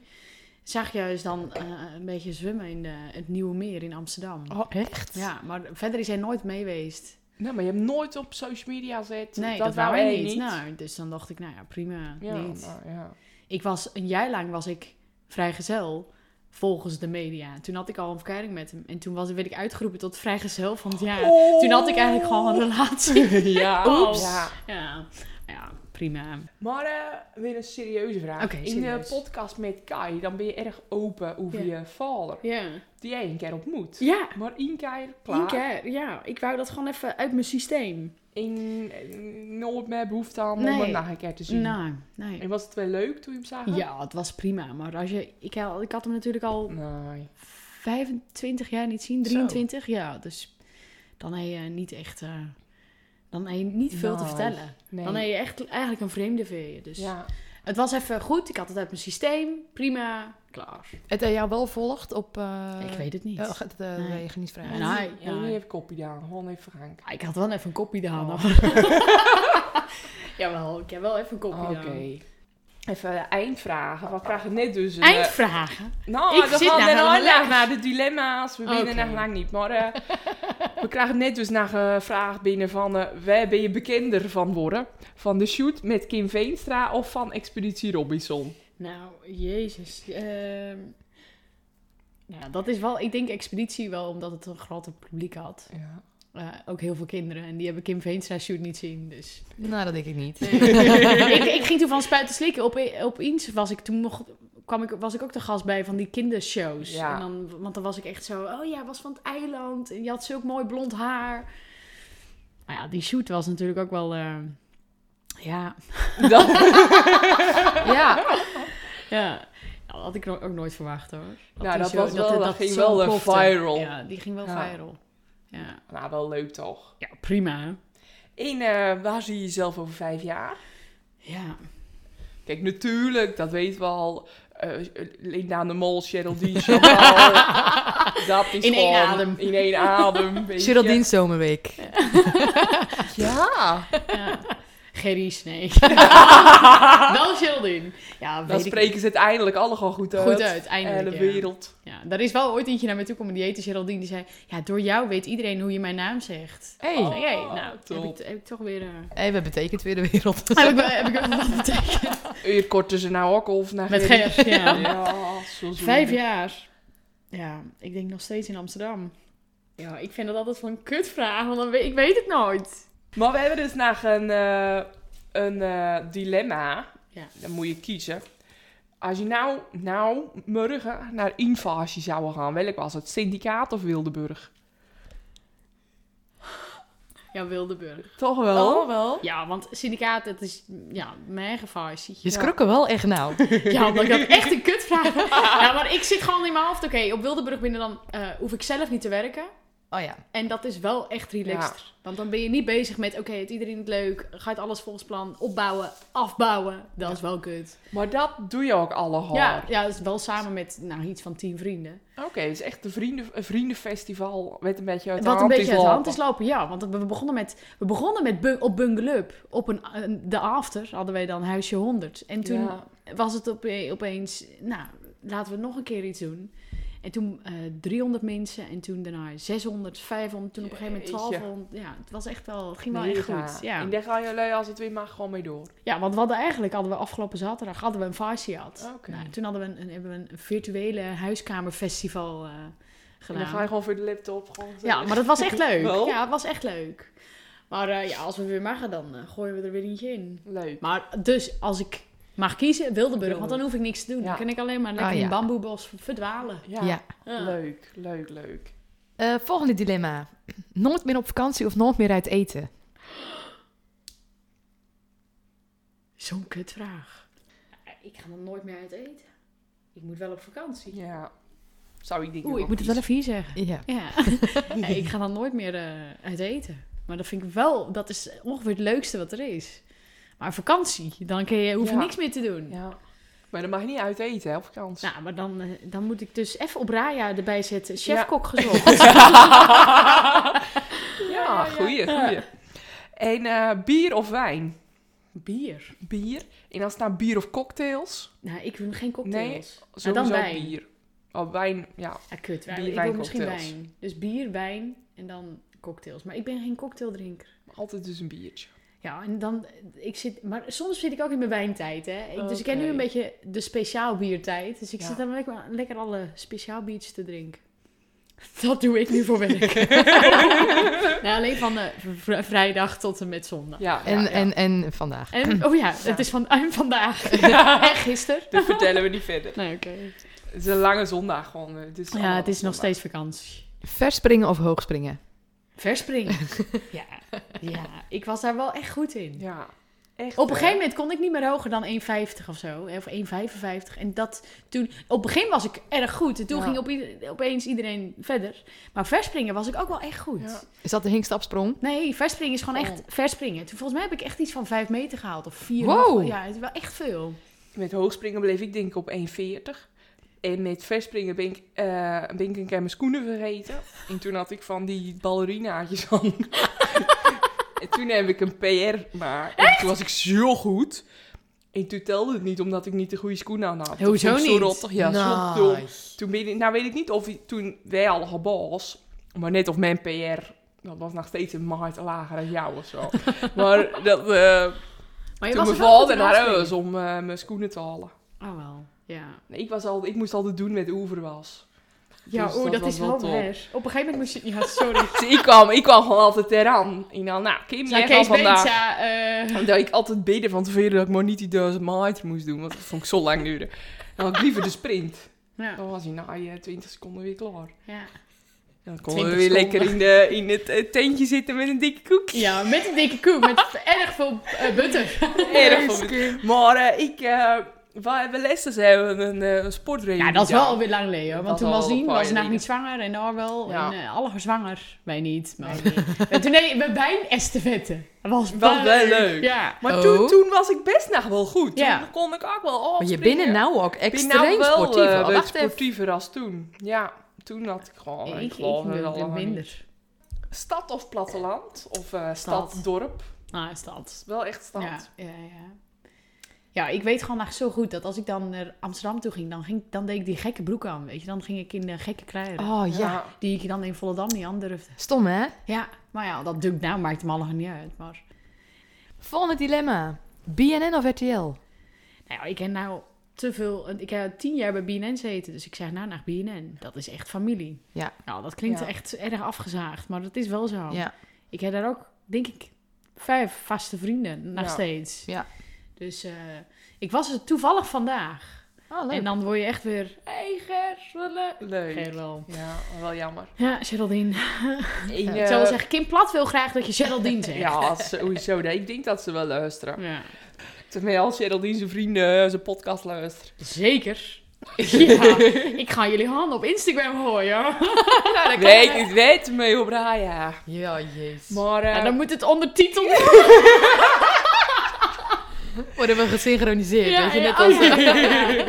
Speaker 3: zag je juist dan eh, een beetje zwemmen in de, het Nieuwe Meer in Amsterdam.
Speaker 2: Oh,
Speaker 4: Echt?
Speaker 3: Ja, maar verder is hij nooit mee geweest.
Speaker 2: Nee, Nou, maar je hebt nooit op social media gezet.
Speaker 3: Nee, dat,
Speaker 2: dat
Speaker 3: wou
Speaker 2: wij
Speaker 3: hij niet. Nou, dus dan dacht ik, nou ja, prima.
Speaker 2: ja,
Speaker 3: niet.
Speaker 2: nou, ja.
Speaker 3: Ik was, een jaar lang was ik vrijgezel, volgens de media. Toen had ik al een verkering met hem. En toen was, werd ik uitgeroepen tot vrijgezel van het jaar. Toen had ik eigenlijk gewoon een relatie.
Speaker 2: Ja.
Speaker 3: Oeps.
Speaker 2: Ja.
Speaker 3: Ja, ja prima.
Speaker 2: Maar eh, weer een serieuze vraag.
Speaker 3: Oké,
Speaker 2: In de
Speaker 3: serieus.
Speaker 2: podcast met Kai, dan ben je erg open over
Speaker 3: Ja.
Speaker 2: je vader.
Speaker 3: Ja.
Speaker 2: Die jij een keer ontmoet.
Speaker 3: Ja,
Speaker 2: Maar één keer, klaar.
Speaker 3: één keer. Ja, ik wou dat gewoon even uit mijn systeem.
Speaker 2: En, eh, nooit meer behoefte aan om
Speaker 3: Nee.
Speaker 2: hem nog een keer te zien.
Speaker 3: Nou, nee.
Speaker 2: En was het wel leuk toen je hem zag?
Speaker 3: Ja, het was prima. Maar als je, ik, had- ik had hem natuurlijk al
Speaker 2: Nee.
Speaker 3: 25 jaar niet zien,
Speaker 2: Zo.
Speaker 3: 23 ja, Dus dan heb je niet echt, eh, dan heb je niet veel te
Speaker 2: Nee.
Speaker 3: vertellen.
Speaker 2: nee.
Speaker 3: Dan heb je echt eigenlijk een vreemde voor je. Oh, Dus
Speaker 2: Ja.
Speaker 3: het was even goed. Ik had het uit mijn systeem. Prima. Klaar.
Speaker 4: Het eh, jou wel volgt op... eh,
Speaker 3: ik weet het niet.
Speaker 4: eh, dat eh,
Speaker 3: Nee.
Speaker 4: wil je niet vragen.
Speaker 3: Nee.
Speaker 2: En die- en die heeft kopje gedaan. Gewoon even Frank.
Speaker 3: Ah, ik had wel even een kopje gedaan.
Speaker 2: Oh.
Speaker 3: *laughs* Jawel, ik heb wel even een kopje
Speaker 2: Oké. Even eh, eindvragen. Wat vraag ik net dus? een, eh,
Speaker 3: Eindvragen.
Speaker 2: Nou,
Speaker 3: Ik
Speaker 2: we
Speaker 3: zit
Speaker 2: gaan
Speaker 3: nog
Speaker 2: er
Speaker 3: helemaal
Speaker 2: al
Speaker 3: niet.
Speaker 2: naar de dilemma's. We binnen
Speaker 3: Oké.
Speaker 2: nog lang niet. Maar eh, we krijgen net dus naar gevraagd binnen van... eh, waar ben je bekender van worden? Van de shoot met Kim Veenstra of van Expeditie Robinson?
Speaker 3: Nou, jezus. ehm, ja, dat is wel, ik denk Expeditie wel, omdat het een groter publiek had.
Speaker 2: Ja.
Speaker 3: Eh, ook heel veel kinderen. En die hebben Kim Veenstra shoot niet zien, dus...
Speaker 4: Nou, dat denk ik niet.
Speaker 2: *laughs*
Speaker 3: ik, ik ging toen van spuiten slikken. Op, opeens was ik toen nog... Kwam ik, was ik ook de gast bij van die kindershows.
Speaker 2: Ja.
Speaker 3: En dan, want dan was ik echt zo... Oh ja, was van het eiland. En je had zulk mooi blond haar. Maar ja, die shoot was natuurlijk ook wel... eh, ja.
Speaker 2: *laughs* Dat,
Speaker 3: *laughs*
Speaker 4: ja,
Speaker 3: ja. Dat had ik no- ook nooit verwacht hoor.
Speaker 2: Nou,
Speaker 3: die
Speaker 2: dat was wel- dat ging
Speaker 3: zo
Speaker 2: wel, eh,
Speaker 3: plofte.
Speaker 2: viral.
Speaker 3: Ja, die ging wel
Speaker 2: Ja.
Speaker 3: viral. Ja,
Speaker 2: nou, wel leuk toch?
Speaker 3: ja prima. hè?
Speaker 2: En eh, waar zie je jezelf over vijf jaar?
Speaker 3: Ja.
Speaker 2: Kijk, natuurlijk, dat weten we al. Eh Linda aan de Mol, Geraldine,
Speaker 3: *laughs*
Speaker 2: Chantal. dat is
Speaker 3: In één
Speaker 2: gewoon
Speaker 3: adem.
Speaker 2: In één adem. weet je.
Speaker 4: Geraldine Zomerweek.
Speaker 3: *laughs*
Speaker 2: Ja, *laughs*
Speaker 3: ja. Gerry Snake. wel Sheldon. Ja,
Speaker 2: dan
Speaker 3: weet ik
Speaker 2: spreken ze het eindelijk allemaal goed uit.
Speaker 3: Goed uit, eindelijk.
Speaker 2: En de
Speaker 3: ja.
Speaker 2: wereld.
Speaker 3: Ja, daar is wel ooit eentje naar me toe komen, die heette Geraldine. Die zei, ja, door jou weet iedereen hoe je mijn naam zegt.
Speaker 4: Hé,
Speaker 3: Oh,
Speaker 4: hey.
Speaker 3: hey,
Speaker 2: Oh,
Speaker 3: nou,
Speaker 2: top.
Speaker 3: heb ik, heb ik toch
Speaker 2: *laughs*
Speaker 3: weer... eh,
Speaker 4: hey, we betekent weer de wereld.
Speaker 3: heb ik, wel- heb ik wel wat betekend.
Speaker 2: Uur korten ze nou ook of naar
Speaker 3: Met
Speaker 2: Gerry?
Speaker 3: Ger, ja.
Speaker 2: Ja, zo zo.
Speaker 3: Vijf jaar. Ja, ik denk nog steeds in Amsterdam. Ja, ik vind dat altijd van een kutvraag, want dan weet, ik weet het nooit.
Speaker 2: Maar we hebben dus nog een, eh, een eh, dilemma.
Speaker 3: Ja.
Speaker 2: Dan moet je kiezen. Als je nou, nou morgen naar invasie zou gaan, welk was het? Syndicaat of Wildeburg?
Speaker 3: Ja, Wildeburg.
Speaker 2: Toch wel?
Speaker 3: Oh.
Speaker 4: wel.
Speaker 3: Ja, want syndicaat, dat is ja, mijn eigen versie.
Speaker 4: Je schrokken wel echt nou.
Speaker 3: Ja, omdat ik dat echt een
Speaker 2: *laughs*
Speaker 3: kutvraag Ja, maar ik zit gewoon in mijn hoofd. Oké, op Wildeburg binnen dan eh, hoef ik zelf niet te werken.
Speaker 4: Oh ja.
Speaker 3: En dat is wel echt relaxed. Want dan ben je niet bezig met, oké, het iedereen het leuk. Gaat alles volgens plan opbouwen, afbouwen. Dat is wel kut.
Speaker 2: Maar dat doe je ook allemaal.
Speaker 3: Ja, ja, dat is wel samen met nou, iets van tien vrienden.
Speaker 2: Oké, het is echt een, vrienden, een vriendenfestival. Met een beetje uit de
Speaker 3: Wat een
Speaker 2: hand
Speaker 3: beetje
Speaker 2: is
Speaker 3: uit de hand
Speaker 2: lopen.
Speaker 3: is lopen, ja. Want we begonnen met, we begonnen met bun- op Bungalup. Op een, een- de after hadden wij dan Huisje 100. En toen
Speaker 2: Ja.
Speaker 3: was het ope- opeens, nou, laten we nog een keer iets doen. En toen eh, 300 mensen en toen daarna 600, 500, toen op een gegeven moment
Speaker 2: Jeetje.
Speaker 3: 1200. Ja, het was echt wel, het ging wel echt
Speaker 2: Mega.
Speaker 3: goed. Ja.
Speaker 2: En daar ga je, als het weer mag, gewoon mee door.
Speaker 3: Ja, want we hadden eigenlijk hadden we afgelopen zaterdag hadden we een Varsiat.
Speaker 2: Oh, Oké.
Speaker 3: Nou, toen hadden we een, een- hebben we een virtuele huiskamerfestival eh
Speaker 2: En dan ga je
Speaker 3: gedaan.
Speaker 2: gewoon voor de laptop. Gewoon
Speaker 3: Ja, maar dat was
Speaker 2: *laughs*
Speaker 3: echt leuk.
Speaker 2: Wel?
Speaker 3: Ja, het was echt leuk. Maar eh, ja, als we weer mogen, dan eh, gooien we er weer eentje in.
Speaker 2: Leuk.
Speaker 3: Maar dus als ik mag kiezen, Wildeburg, want dan hoef ik niks te doen.
Speaker 2: Ja.
Speaker 3: Dan kan ik alleen maar lekker
Speaker 4: Ah,
Speaker 3: in
Speaker 4: ja.
Speaker 3: een bamboebos verdwalen.
Speaker 2: Ja,
Speaker 4: Ja.
Speaker 3: Ja.
Speaker 2: leuk, leuk, leuk.
Speaker 4: Eh, volgende dilemma. Nooit meer op vakantie of nooit meer uit eten?
Speaker 3: Zo'n kutvraag. Ik ga dan nooit meer uit eten. Ik moet wel op vakantie.
Speaker 2: Ja. Zou ik die
Speaker 3: Oeh, ik moet het wel even hier zeggen.
Speaker 4: Ja.
Speaker 2: *laughs*
Speaker 3: Ja. Ja, ik ga dan nooit meer eh, uit eten. Maar dat vind ik wel, dat is ongeveer het leukste wat er is. Maar vakantie, dan kun je, hoef je
Speaker 2: Ja.
Speaker 3: niks meer te doen.
Speaker 2: Ja. Maar dan mag je niet uit eten, hè, op vakantie.
Speaker 3: Nou, maar dan, eh, dan moet ik dus even op Raya erbij zetten. Chefkok
Speaker 2: *laughs*
Speaker 3: gezocht.
Speaker 2: *laughs* ja, goeie, goeie. En eh, bier of wijn?
Speaker 3: Bier.
Speaker 2: Bier. En dan staan bier of cocktails.
Speaker 3: Nou, ik wil geen cocktails.
Speaker 2: Sowieso
Speaker 3: dan wijn.
Speaker 2: bier. Oh, wijn, ja.
Speaker 3: Ja, kut.
Speaker 2: Bier,
Speaker 3: wijn. ik wil
Speaker 2: wijn,
Speaker 3: misschien
Speaker 2: cocktails.
Speaker 3: wijn. Dus bier, wijn en dan cocktails. Maar ik ben geen cocktaildrinker.
Speaker 2: Altijd dus een
Speaker 3: *laughs*
Speaker 2: biertje.
Speaker 3: Ja, en dan, ik zit, maar soms zit ik ook in mijn wijntijd, hè. Ik- Dus ik ken nu
Speaker 2: Oké.
Speaker 3: een beetje de speciaal biertijd. Dus ik
Speaker 2: Ja.
Speaker 3: zit dan lekker, lekker alle speciaal biertjes te drinken. *laughs* Dat doe ik nu voor
Speaker 2: *laughs*
Speaker 3: werk. nou, alleen van eh, vr- vrijdag tot en met zondag.
Speaker 2: Ja,
Speaker 4: En,
Speaker 2: ja, ja.
Speaker 4: en, en vandaag.
Speaker 3: En, oh ja, het
Speaker 2: Ja.
Speaker 3: is van, *laughs* en vandaag. En gisteren.
Speaker 2: Dat vertellen we niet verder.
Speaker 3: Nee, oké.
Speaker 2: Het is een lange zondag gewoon. eh, Het is
Speaker 3: Ja, het is nog steeds vakantie.
Speaker 4: Verspringen of hoogspringen?
Speaker 2: *laughs*
Speaker 3: Verspringen. ja. ja, ik was daar wel echt goed in.
Speaker 2: Ja, echt.
Speaker 3: Op een
Speaker 2: hè?
Speaker 3: gegeven moment kon ik niet meer hoger dan 1,50 of zo. eh, Of 1,55. En dat toen... Op het begin was ik erg goed. En toen
Speaker 2: Ja.
Speaker 3: ging op ieder- opeens iedereen verder. Maar verspringen was ik ook wel echt goed.
Speaker 2: Ja.
Speaker 4: Is dat de hinkstapsprong?
Speaker 3: Nee, verspringen is gewoon
Speaker 2: Oh.
Speaker 3: echt verspringen. Toen, volgens mij heb ik echt iets van 5 meter gehaald. Of 4.
Speaker 4: Wow.
Speaker 3: Ja, het is wel echt veel.
Speaker 2: Met hoogspringen bleef ik denk ik op 1,40. En met verspringen ben ik, eh, ben ik een keer mijn schoenen vergeten. En toen had ik van die ballerinaatjes
Speaker 3: *laughs*
Speaker 2: aan. en toen heb ik een PR maar. En toen was ik zo goed. En toen telde het niet, omdat ik niet de goede schoenen aan had.
Speaker 3: Hoezo
Speaker 2: Toen vond ik
Speaker 3: niet?
Speaker 2: Zo rottig, ja, zo dom. Toen weet ik, nou weet ik niet of hij toen wij al gebal was, maar net of mijn PR, dat was nog steeds een maart lager dan jou of
Speaker 3: *laughs*
Speaker 2: zo. maar dat, eh toen
Speaker 3: Maar er
Speaker 2: mijn
Speaker 3: wel goed
Speaker 2: vader
Speaker 3: in
Speaker 2: naar
Speaker 3: afspringen.
Speaker 2: huis om eh, mijn schoenen te halen.
Speaker 3: Oh wel, ja.
Speaker 2: Nee, ik, was al, ik moest altijd doen met overwas.
Speaker 3: Ja,
Speaker 2: Dus
Speaker 3: oeh, dat,
Speaker 2: was
Speaker 3: is wel
Speaker 2: top.
Speaker 3: waar. Op een gegeven moment moest je... Ja, *laughs* sorry.
Speaker 2: Dus *laughs* ik kwam, ik kwam gewoon altijd eraan. En dan, nou, Kim,
Speaker 3: Ja,
Speaker 2: jij gaat
Speaker 3: Kees
Speaker 2: vandaag.
Speaker 3: Benza, eh,
Speaker 2: Dat ik altijd bidden van tevreden dat ik maar niet die duizend meter moest doen. Want dat vond ik zo lang duren. Dan had ik liever de sprint.
Speaker 3: ja,
Speaker 2: Dan was hij na je 20 seconden weer klaar.
Speaker 3: nou, ja.
Speaker 2: En dan konden we
Speaker 3: 20
Speaker 2: weer
Speaker 3: seconden.
Speaker 2: lekker in, de, in het eh, tentje zitten met een dikke koekje.
Speaker 3: ja, met een dikke koe, *laughs* met erg veel eh, butter.
Speaker 2: Erg van me. Maar eh, ik... eh we hebben lessen, ze hebben een, eh, een sportreunie.
Speaker 3: Ja, dat is
Speaker 2: daar.
Speaker 3: wel alweer lang geleden. hoor.
Speaker 2: Dat
Speaker 3: Want toen
Speaker 2: al
Speaker 3: was die
Speaker 2: een paar
Speaker 3: was
Speaker 2: jaar
Speaker 3: nog
Speaker 2: geleden.
Speaker 3: niet zwanger en daar wel.
Speaker 2: Ja.
Speaker 3: En eh, alle zwanger, wij niet. Maar En toen deden *laughs* we bij een estafette. Dat was
Speaker 2: Was wel leuk.
Speaker 3: Ja.
Speaker 2: Maar
Speaker 4: Oh.
Speaker 2: toen, toen was ik best nog wel goed. Toen
Speaker 3: Ja.
Speaker 2: kon ik ook wel
Speaker 4: Maar je
Speaker 2: opspringen.
Speaker 4: bent er nou ook
Speaker 2: ben
Speaker 4: extreem
Speaker 2: nou wel
Speaker 4: sportief.
Speaker 2: eh,
Speaker 4: al.
Speaker 2: wat
Speaker 4: Wacht even.
Speaker 2: sportiever als toen. Ja, toen had ik gewoon...
Speaker 3: ik ik,
Speaker 2: geloof het
Speaker 3: wilde
Speaker 2: al lang niet.
Speaker 3: minder.
Speaker 2: Stad of platteland? Of eh, stad,
Speaker 3: Stad.
Speaker 2: dorp?
Speaker 3: Ah, is dat.
Speaker 2: Wel echt stad.
Speaker 3: Ja, ja, ja. Ja, ik weet gewoon echt zo goed dat als ik dan naar Amsterdam toe ging, dan, ging, dan deed ik die gekke broek aan, weet je. Dan ging ik in de gekke kleren.
Speaker 4: Oh ja.
Speaker 3: Die ik dan in Volendam niet aan durfde.
Speaker 4: Stom hè?
Speaker 3: Ja, maar ja, dat doe ik nou, maakt me allemaal niet uit. Maar
Speaker 4: Volgende dilemma. BNN of RTL?
Speaker 3: nou ja, ik heb nou te veel... Ik heb tien jaar bij BNN gezeten, dus ik zeg nou naar BNN. Dat is echt familie.
Speaker 4: Ja.
Speaker 3: Nou, dat klinkt
Speaker 2: Ja.
Speaker 3: echt erg afgezaagd, maar dat is wel zo.
Speaker 4: Ja.
Speaker 3: Ik heb daar ook, denk ik, vijf vaste vrienden nog
Speaker 2: Ja.
Speaker 3: steeds.
Speaker 4: Ja.
Speaker 3: Dus eh, ik was er toevallig vandaag.
Speaker 4: Oh, leuk.
Speaker 3: En dan word je echt weer... Hey Ger, wat leuk.
Speaker 2: Leuk.
Speaker 3: Gerlo.
Speaker 2: Ja, wel jammer.
Speaker 3: Ja, Geraldine.
Speaker 2: Eén,
Speaker 3: Ik
Speaker 2: eh,
Speaker 3: zou wel zeggen, Kim Plat wil graag dat je
Speaker 2: *laughs*
Speaker 3: Geraldine zegt.
Speaker 2: ja, sowieso. nee, Ik denk dat ze wel luisteren.
Speaker 3: Ja.
Speaker 2: Terwijl Geraldine zijn vrienden eh, zijn podcast luistert. *laughs*
Speaker 3: Zeker. Ja, ik ga jullie handen op Instagram gooien.
Speaker 2: Nou, weet, ik weet mee op Raya.
Speaker 4: Ja, jezus.
Speaker 2: Maar eh,
Speaker 3: Ja, dan moet het ondertiteld
Speaker 4: Worden we gesynchroniseerd,
Speaker 3: Ja,
Speaker 4: weet je?
Speaker 3: ja,
Speaker 4: Net als...
Speaker 3: oh, ja.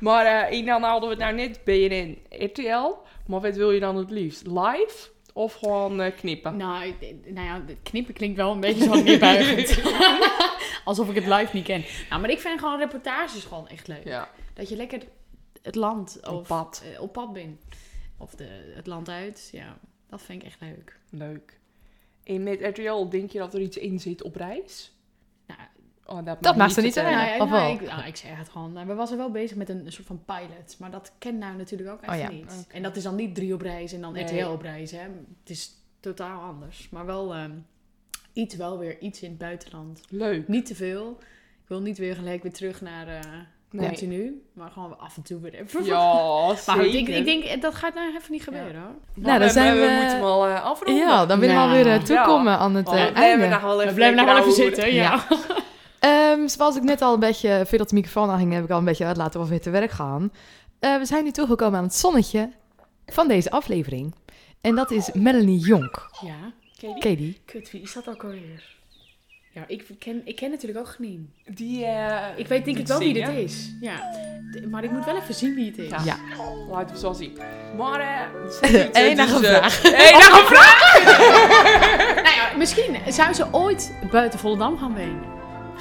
Speaker 2: Maar eh en dan hadden we het nou net BNN RTL. Maar wat wil je dan het liefst? Live of gewoon eh,
Speaker 4: *laughs*
Speaker 2: knippen?
Speaker 3: Nou, ik- ik- nou ja, het knippen klinkt wel een beetje zo neerbuigend. *laughs* Alsof ik het live niet ken. Nou, maar ik vind gewoon reportages gewoon echt leuk.
Speaker 2: Ja.
Speaker 3: Dat je lekker het land of,
Speaker 2: Op pad.
Speaker 3: eh, op pad bent. Of de, het land uit. Ja, dat vind ik echt leuk.
Speaker 2: Leuk. En met RTL denk je dat er iets in zit op reis?
Speaker 3: Nou,
Speaker 2: Oh, dat
Speaker 4: maakt
Speaker 2: mag
Speaker 4: ze niet
Speaker 2: vertellen.
Speaker 4: uit.
Speaker 3: nou, ja,
Speaker 4: of
Speaker 3: nou,
Speaker 4: wel?
Speaker 3: ik, nou, ik zeg het gewoon. Nou, We waren wel bezig met een, een soort van pilot. Maar dat ken nou natuurlijk ook echt
Speaker 4: Oh ja,
Speaker 3: niet.
Speaker 2: oké.
Speaker 3: En dat is dan niet drie op reis en dan
Speaker 2: Nee.
Speaker 3: RTL op reis. Hè. Het is totaal anders. Maar wel ehm, iets, wel weer iets in het buitenland.
Speaker 2: Leuk.
Speaker 3: Niet te veel. Ik wil niet weer gelijk weer terug naar eh
Speaker 2: Nee.
Speaker 3: *laughs* continu. Maar gewoon af en toe weer even.
Speaker 2: Ja,
Speaker 3: *laughs* maar
Speaker 2: zeker.
Speaker 3: ik, ik denk, dat gaat nou even niet gebeuren hoor.
Speaker 2: Maar
Speaker 4: Nou, dan
Speaker 2: we-
Speaker 4: zijn
Speaker 2: we...
Speaker 4: we-
Speaker 2: moeten hem al eh, afronden.
Speaker 4: Ja, dan willen we
Speaker 3: Nou.
Speaker 4: alweer eh, toekomen aan
Speaker 1: Oh,
Speaker 4: het
Speaker 2: Want
Speaker 4: eh,
Speaker 2: we
Speaker 4: einde.
Speaker 2: blijven nog wel even,
Speaker 3: We blijven nou wel
Speaker 2: lekker
Speaker 3: even
Speaker 2: ouwe
Speaker 3: zitten, ja.
Speaker 4: Ehm, zoals ik net al een beetje, voordat de microfoon aanging, heb ik al een beetje uit laten of we weer te werk gaan. Eh, we zijn nu toegekomen aan het zonnetje van deze aflevering. En dat is Melanie Jonk.
Speaker 3: *laughs* Ja.
Speaker 4: Katie.
Speaker 3: Kut, wie is dat ook alweer? Ja, ik ken, ik ken natuurlijk ook niet.
Speaker 2: hoeden. Die, eh
Speaker 3: Ik weet denk ik wel wie dit
Speaker 2: zingen.
Speaker 3: is. Ja. D- Maar ik moet wel even zien wie het is. *laughs*
Speaker 2: Ja.
Speaker 4: Ja.
Speaker 2: Laten we zo zien. Maar eh...
Speaker 4: Enige
Speaker 2: *laughs* vraag. Enige vraag!
Speaker 3: *laughs* Nou ja, misschien zou ze ooit buiten Volendam gaan wonen.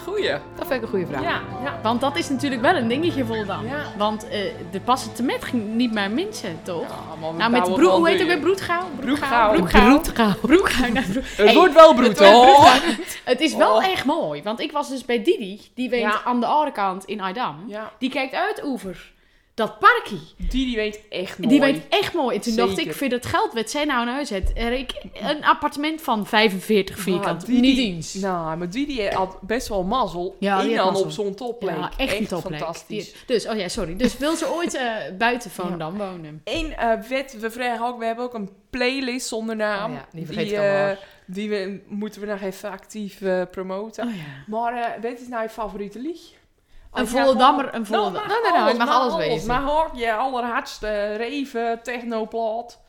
Speaker 2: Goeie.
Speaker 4: Dat vind ik een goede vraag.
Speaker 2: Ja, ja.
Speaker 3: Want dat is natuurlijk wel een dingetje Volendam.
Speaker 2: Ja.
Speaker 3: Want eh er passen te met ging niet meer mensen, toch?
Speaker 2: Ja, maar we
Speaker 3: Nou, met
Speaker 2: bouwen
Speaker 3: broer,
Speaker 2: wel
Speaker 3: hoe heet
Speaker 2: deur.
Speaker 3: het weer? Broedgauw?
Speaker 2: Broedgauw.
Speaker 4: Broedgauw.
Speaker 3: Broekhuis. nou, broek-
Speaker 2: Het
Speaker 3: Hey,
Speaker 2: wordt wel broed,
Speaker 3: wordt
Speaker 2: hoor.
Speaker 3: *laughs* Het is wel
Speaker 2: Oh.
Speaker 3: echt mooi. Want ik was dus bij Didi. Die woont
Speaker 2: Ja.
Speaker 3: aan de andere kant in Aydam.
Speaker 2: Ja.
Speaker 3: Die kijkt uit over dat parkie.
Speaker 2: Die, die weet echt mooi.
Speaker 3: Die weet echt mooi. En toen dacht ik,
Speaker 2: Zeker.
Speaker 3: voor dat geld werd zij nou een huis uit. Er ik een appartement van 45 vierkant.
Speaker 2: Ah, die-
Speaker 3: niet
Speaker 2: die-
Speaker 3: eens.
Speaker 2: Nou, maar die, die had best wel mazzel.
Speaker 3: Ja, die
Speaker 2: en
Speaker 3: had
Speaker 2: dan
Speaker 3: mazzel.
Speaker 2: op zo'n topplek.
Speaker 3: Ja, echt een topplek.
Speaker 2: fantastisch.
Speaker 3: Die- dus, oh ja, sorry. Dus wil ze ooit eh, buiten Volendam wonen?
Speaker 2: Eén eh, wet, we vragen ook, we hebben ook een playlist zonder naam.
Speaker 4: Oh ja, die vergeet ik
Speaker 2: eh,
Speaker 4: allemaal.
Speaker 2: die we, moeten we nog even actief eh, promoten.
Speaker 3: Oh ja.
Speaker 2: Maar eh, wat is nou je favoriete lied?
Speaker 3: Een Volendammer, een
Speaker 2: Nou,
Speaker 3: Volendammer.
Speaker 4: nee, nee, het mag alles wezen.
Speaker 2: Maar hoor, je allerhardste eh, reven, technoplaat.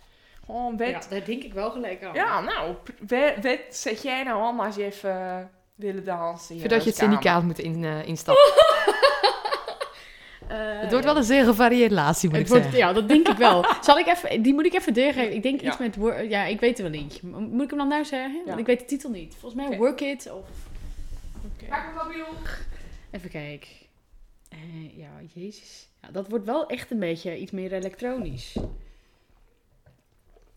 Speaker 2: Gewoon wet. Ja.
Speaker 3: daar denk ik wel gelijk aan.
Speaker 2: nou, pr- wet, wet zet jij nou aan als je even eh, willen dansen. hier
Speaker 4: Voordat je
Speaker 2: in
Speaker 4: het
Speaker 2: de kamer?
Speaker 4: syndicaat moet in, eh, instappen.
Speaker 3: Eh,
Speaker 4: Het wordt wel een zeer gevarieerde relatie, moet ik
Speaker 3: Het wordt,
Speaker 4: zeggen.
Speaker 3: ja, dat denk ik
Speaker 4: *laughs*
Speaker 3: wel. Zal ik even, die moet ik even doorgeven. Ik denk iets
Speaker 2: Ja.
Speaker 3: met, wor- ja, ik weet er wel eentje. Mo- Moet ik hem dan nou zeggen? Want
Speaker 2: Ja.
Speaker 3: ik weet de titel niet. Volgens mij
Speaker 2: Oké.
Speaker 3: Work It of,
Speaker 2: Pak mijn mobiel.
Speaker 3: even kijken. Eh, ja, jezus. Ja, dat wordt wel echt een beetje iets meer elektronisch.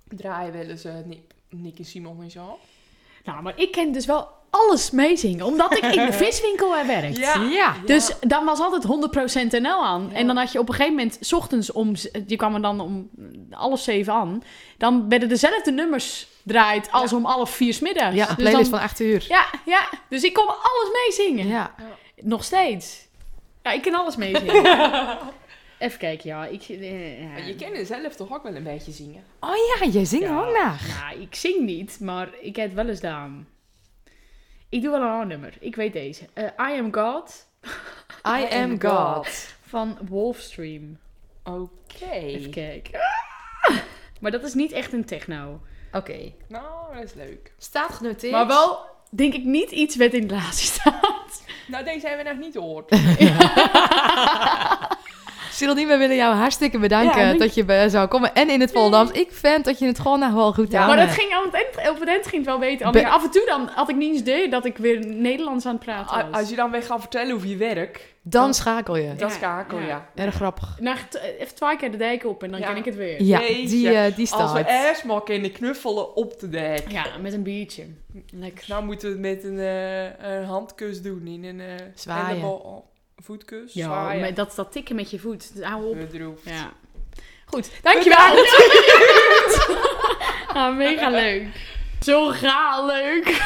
Speaker 2: Draaien wel eens eh, Nick, Nick en Simon en zo.
Speaker 3: Nou, maar ik ken dus wel alles meezingen, omdat ik
Speaker 4: *laughs*
Speaker 3: in de viswinkel heb werkt.
Speaker 4: Ja.
Speaker 3: Dus dan was altijd 100% NL aan.
Speaker 2: Ja.
Speaker 3: En dan had je op een gegeven moment, 's ochtends om, z- je kwam er dan om half zeven aan. Dan werden dezelfde nummers draaid als om half vier 's middags.
Speaker 4: Ja, een
Speaker 3: Dus
Speaker 4: playlist
Speaker 3: dan-
Speaker 4: van 8 uur.
Speaker 3: Ja, ja. Dus ik kon alles meezingen.
Speaker 4: Ja.
Speaker 3: Nog steeds. Ja, ik kan alles
Speaker 4: *laughs*
Speaker 3: meezingen. Even kijken, ja. Ik, eh, ja.
Speaker 2: Maar je kent zelf toch ook wel een beetje zingen?
Speaker 4: Oh ja, jij zingt
Speaker 3: Ja.
Speaker 4: ook naar.
Speaker 3: Nou, ik zing niet, maar ik heb het wel eens gedaan. Ik doe wel een ander nummer. Ik weet deze. Eh, I Am God
Speaker 4: I am God.
Speaker 3: van Wolfstream.
Speaker 2: Oké.
Speaker 3: Even kijken. Ah! Maar dat is niet echt een techno.
Speaker 4: Oké.
Speaker 2: Nou, dat is leuk.
Speaker 4: Staat genoteerd.
Speaker 3: Maar wel, denk ik, niet iets wat in de relatie *laughs* staat.
Speaker 2: Nou, deze hebben we nog niet gehoord.
Speaker 4: Geraldine, we willen jou hartstikke bedanken
Speaker 3: Ja, dank-
Speaker 4: dat je bij- zou komen. En in het Volendams. Ik vind dat je het gewoon nog wel goed aan eh,
Speaker 3: maar dat
Speaker 4: hebt.
Speaker 3: ging aan het eind, op het eind ging het wel beter.
Speaker 4: Be-
Speaker 3: Alleen Af en toe dan had ik niet eens idee dat ik weer Nederlands aan het praten
Speaker 2: A-
Speaker 3: was.
Speaker 2: Als je dan weer gaat vertellen over je werk,
Speaker 4: Dan schakel je.
Speaker 2: dat
Speaker 3: Ja,
Speaker 2: is kakel,
Speaker 3: ja.
Speaker 2: ja.
Speaker 4: Erg grappig.
Speaker 3: Nou, t- even twee keer de dijk op en dan
Speaker 2: Ja.
Speaker 3: ken ik het weer.
Speaker 4: Ja,
Speaker 2: Jeetje.
Speaker 4: die, eh, die
Speaker 2: Als we
Speaker 4: staat.
Speaker 2: ergens maar kunnen knuffelen op de dek.
Speaker 3: Ja, met een biertje. Lekker.
Speaker 2: Nou moeten we het met een, eh, een handkus doen. In een eh,
Speaker 4: Zwaaien.
Speaker 2: elleboog- voetkus.
Speaker 3: ja,
Speaker 2: zwaaien.
Speaker 3: maar dat, dat tikken met je voet. Dus Hou op.
Speaker 2: Bedroefd.
Speaker 3: Ja. Goed, dankjewel. *laughs* ah, mega leuk. Zo gaal leuk.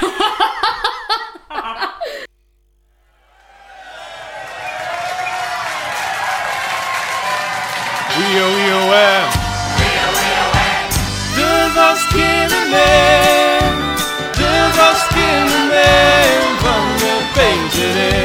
Speaker 5: WIOM. De Vaskinderen. De Vaskinderen van de PZD.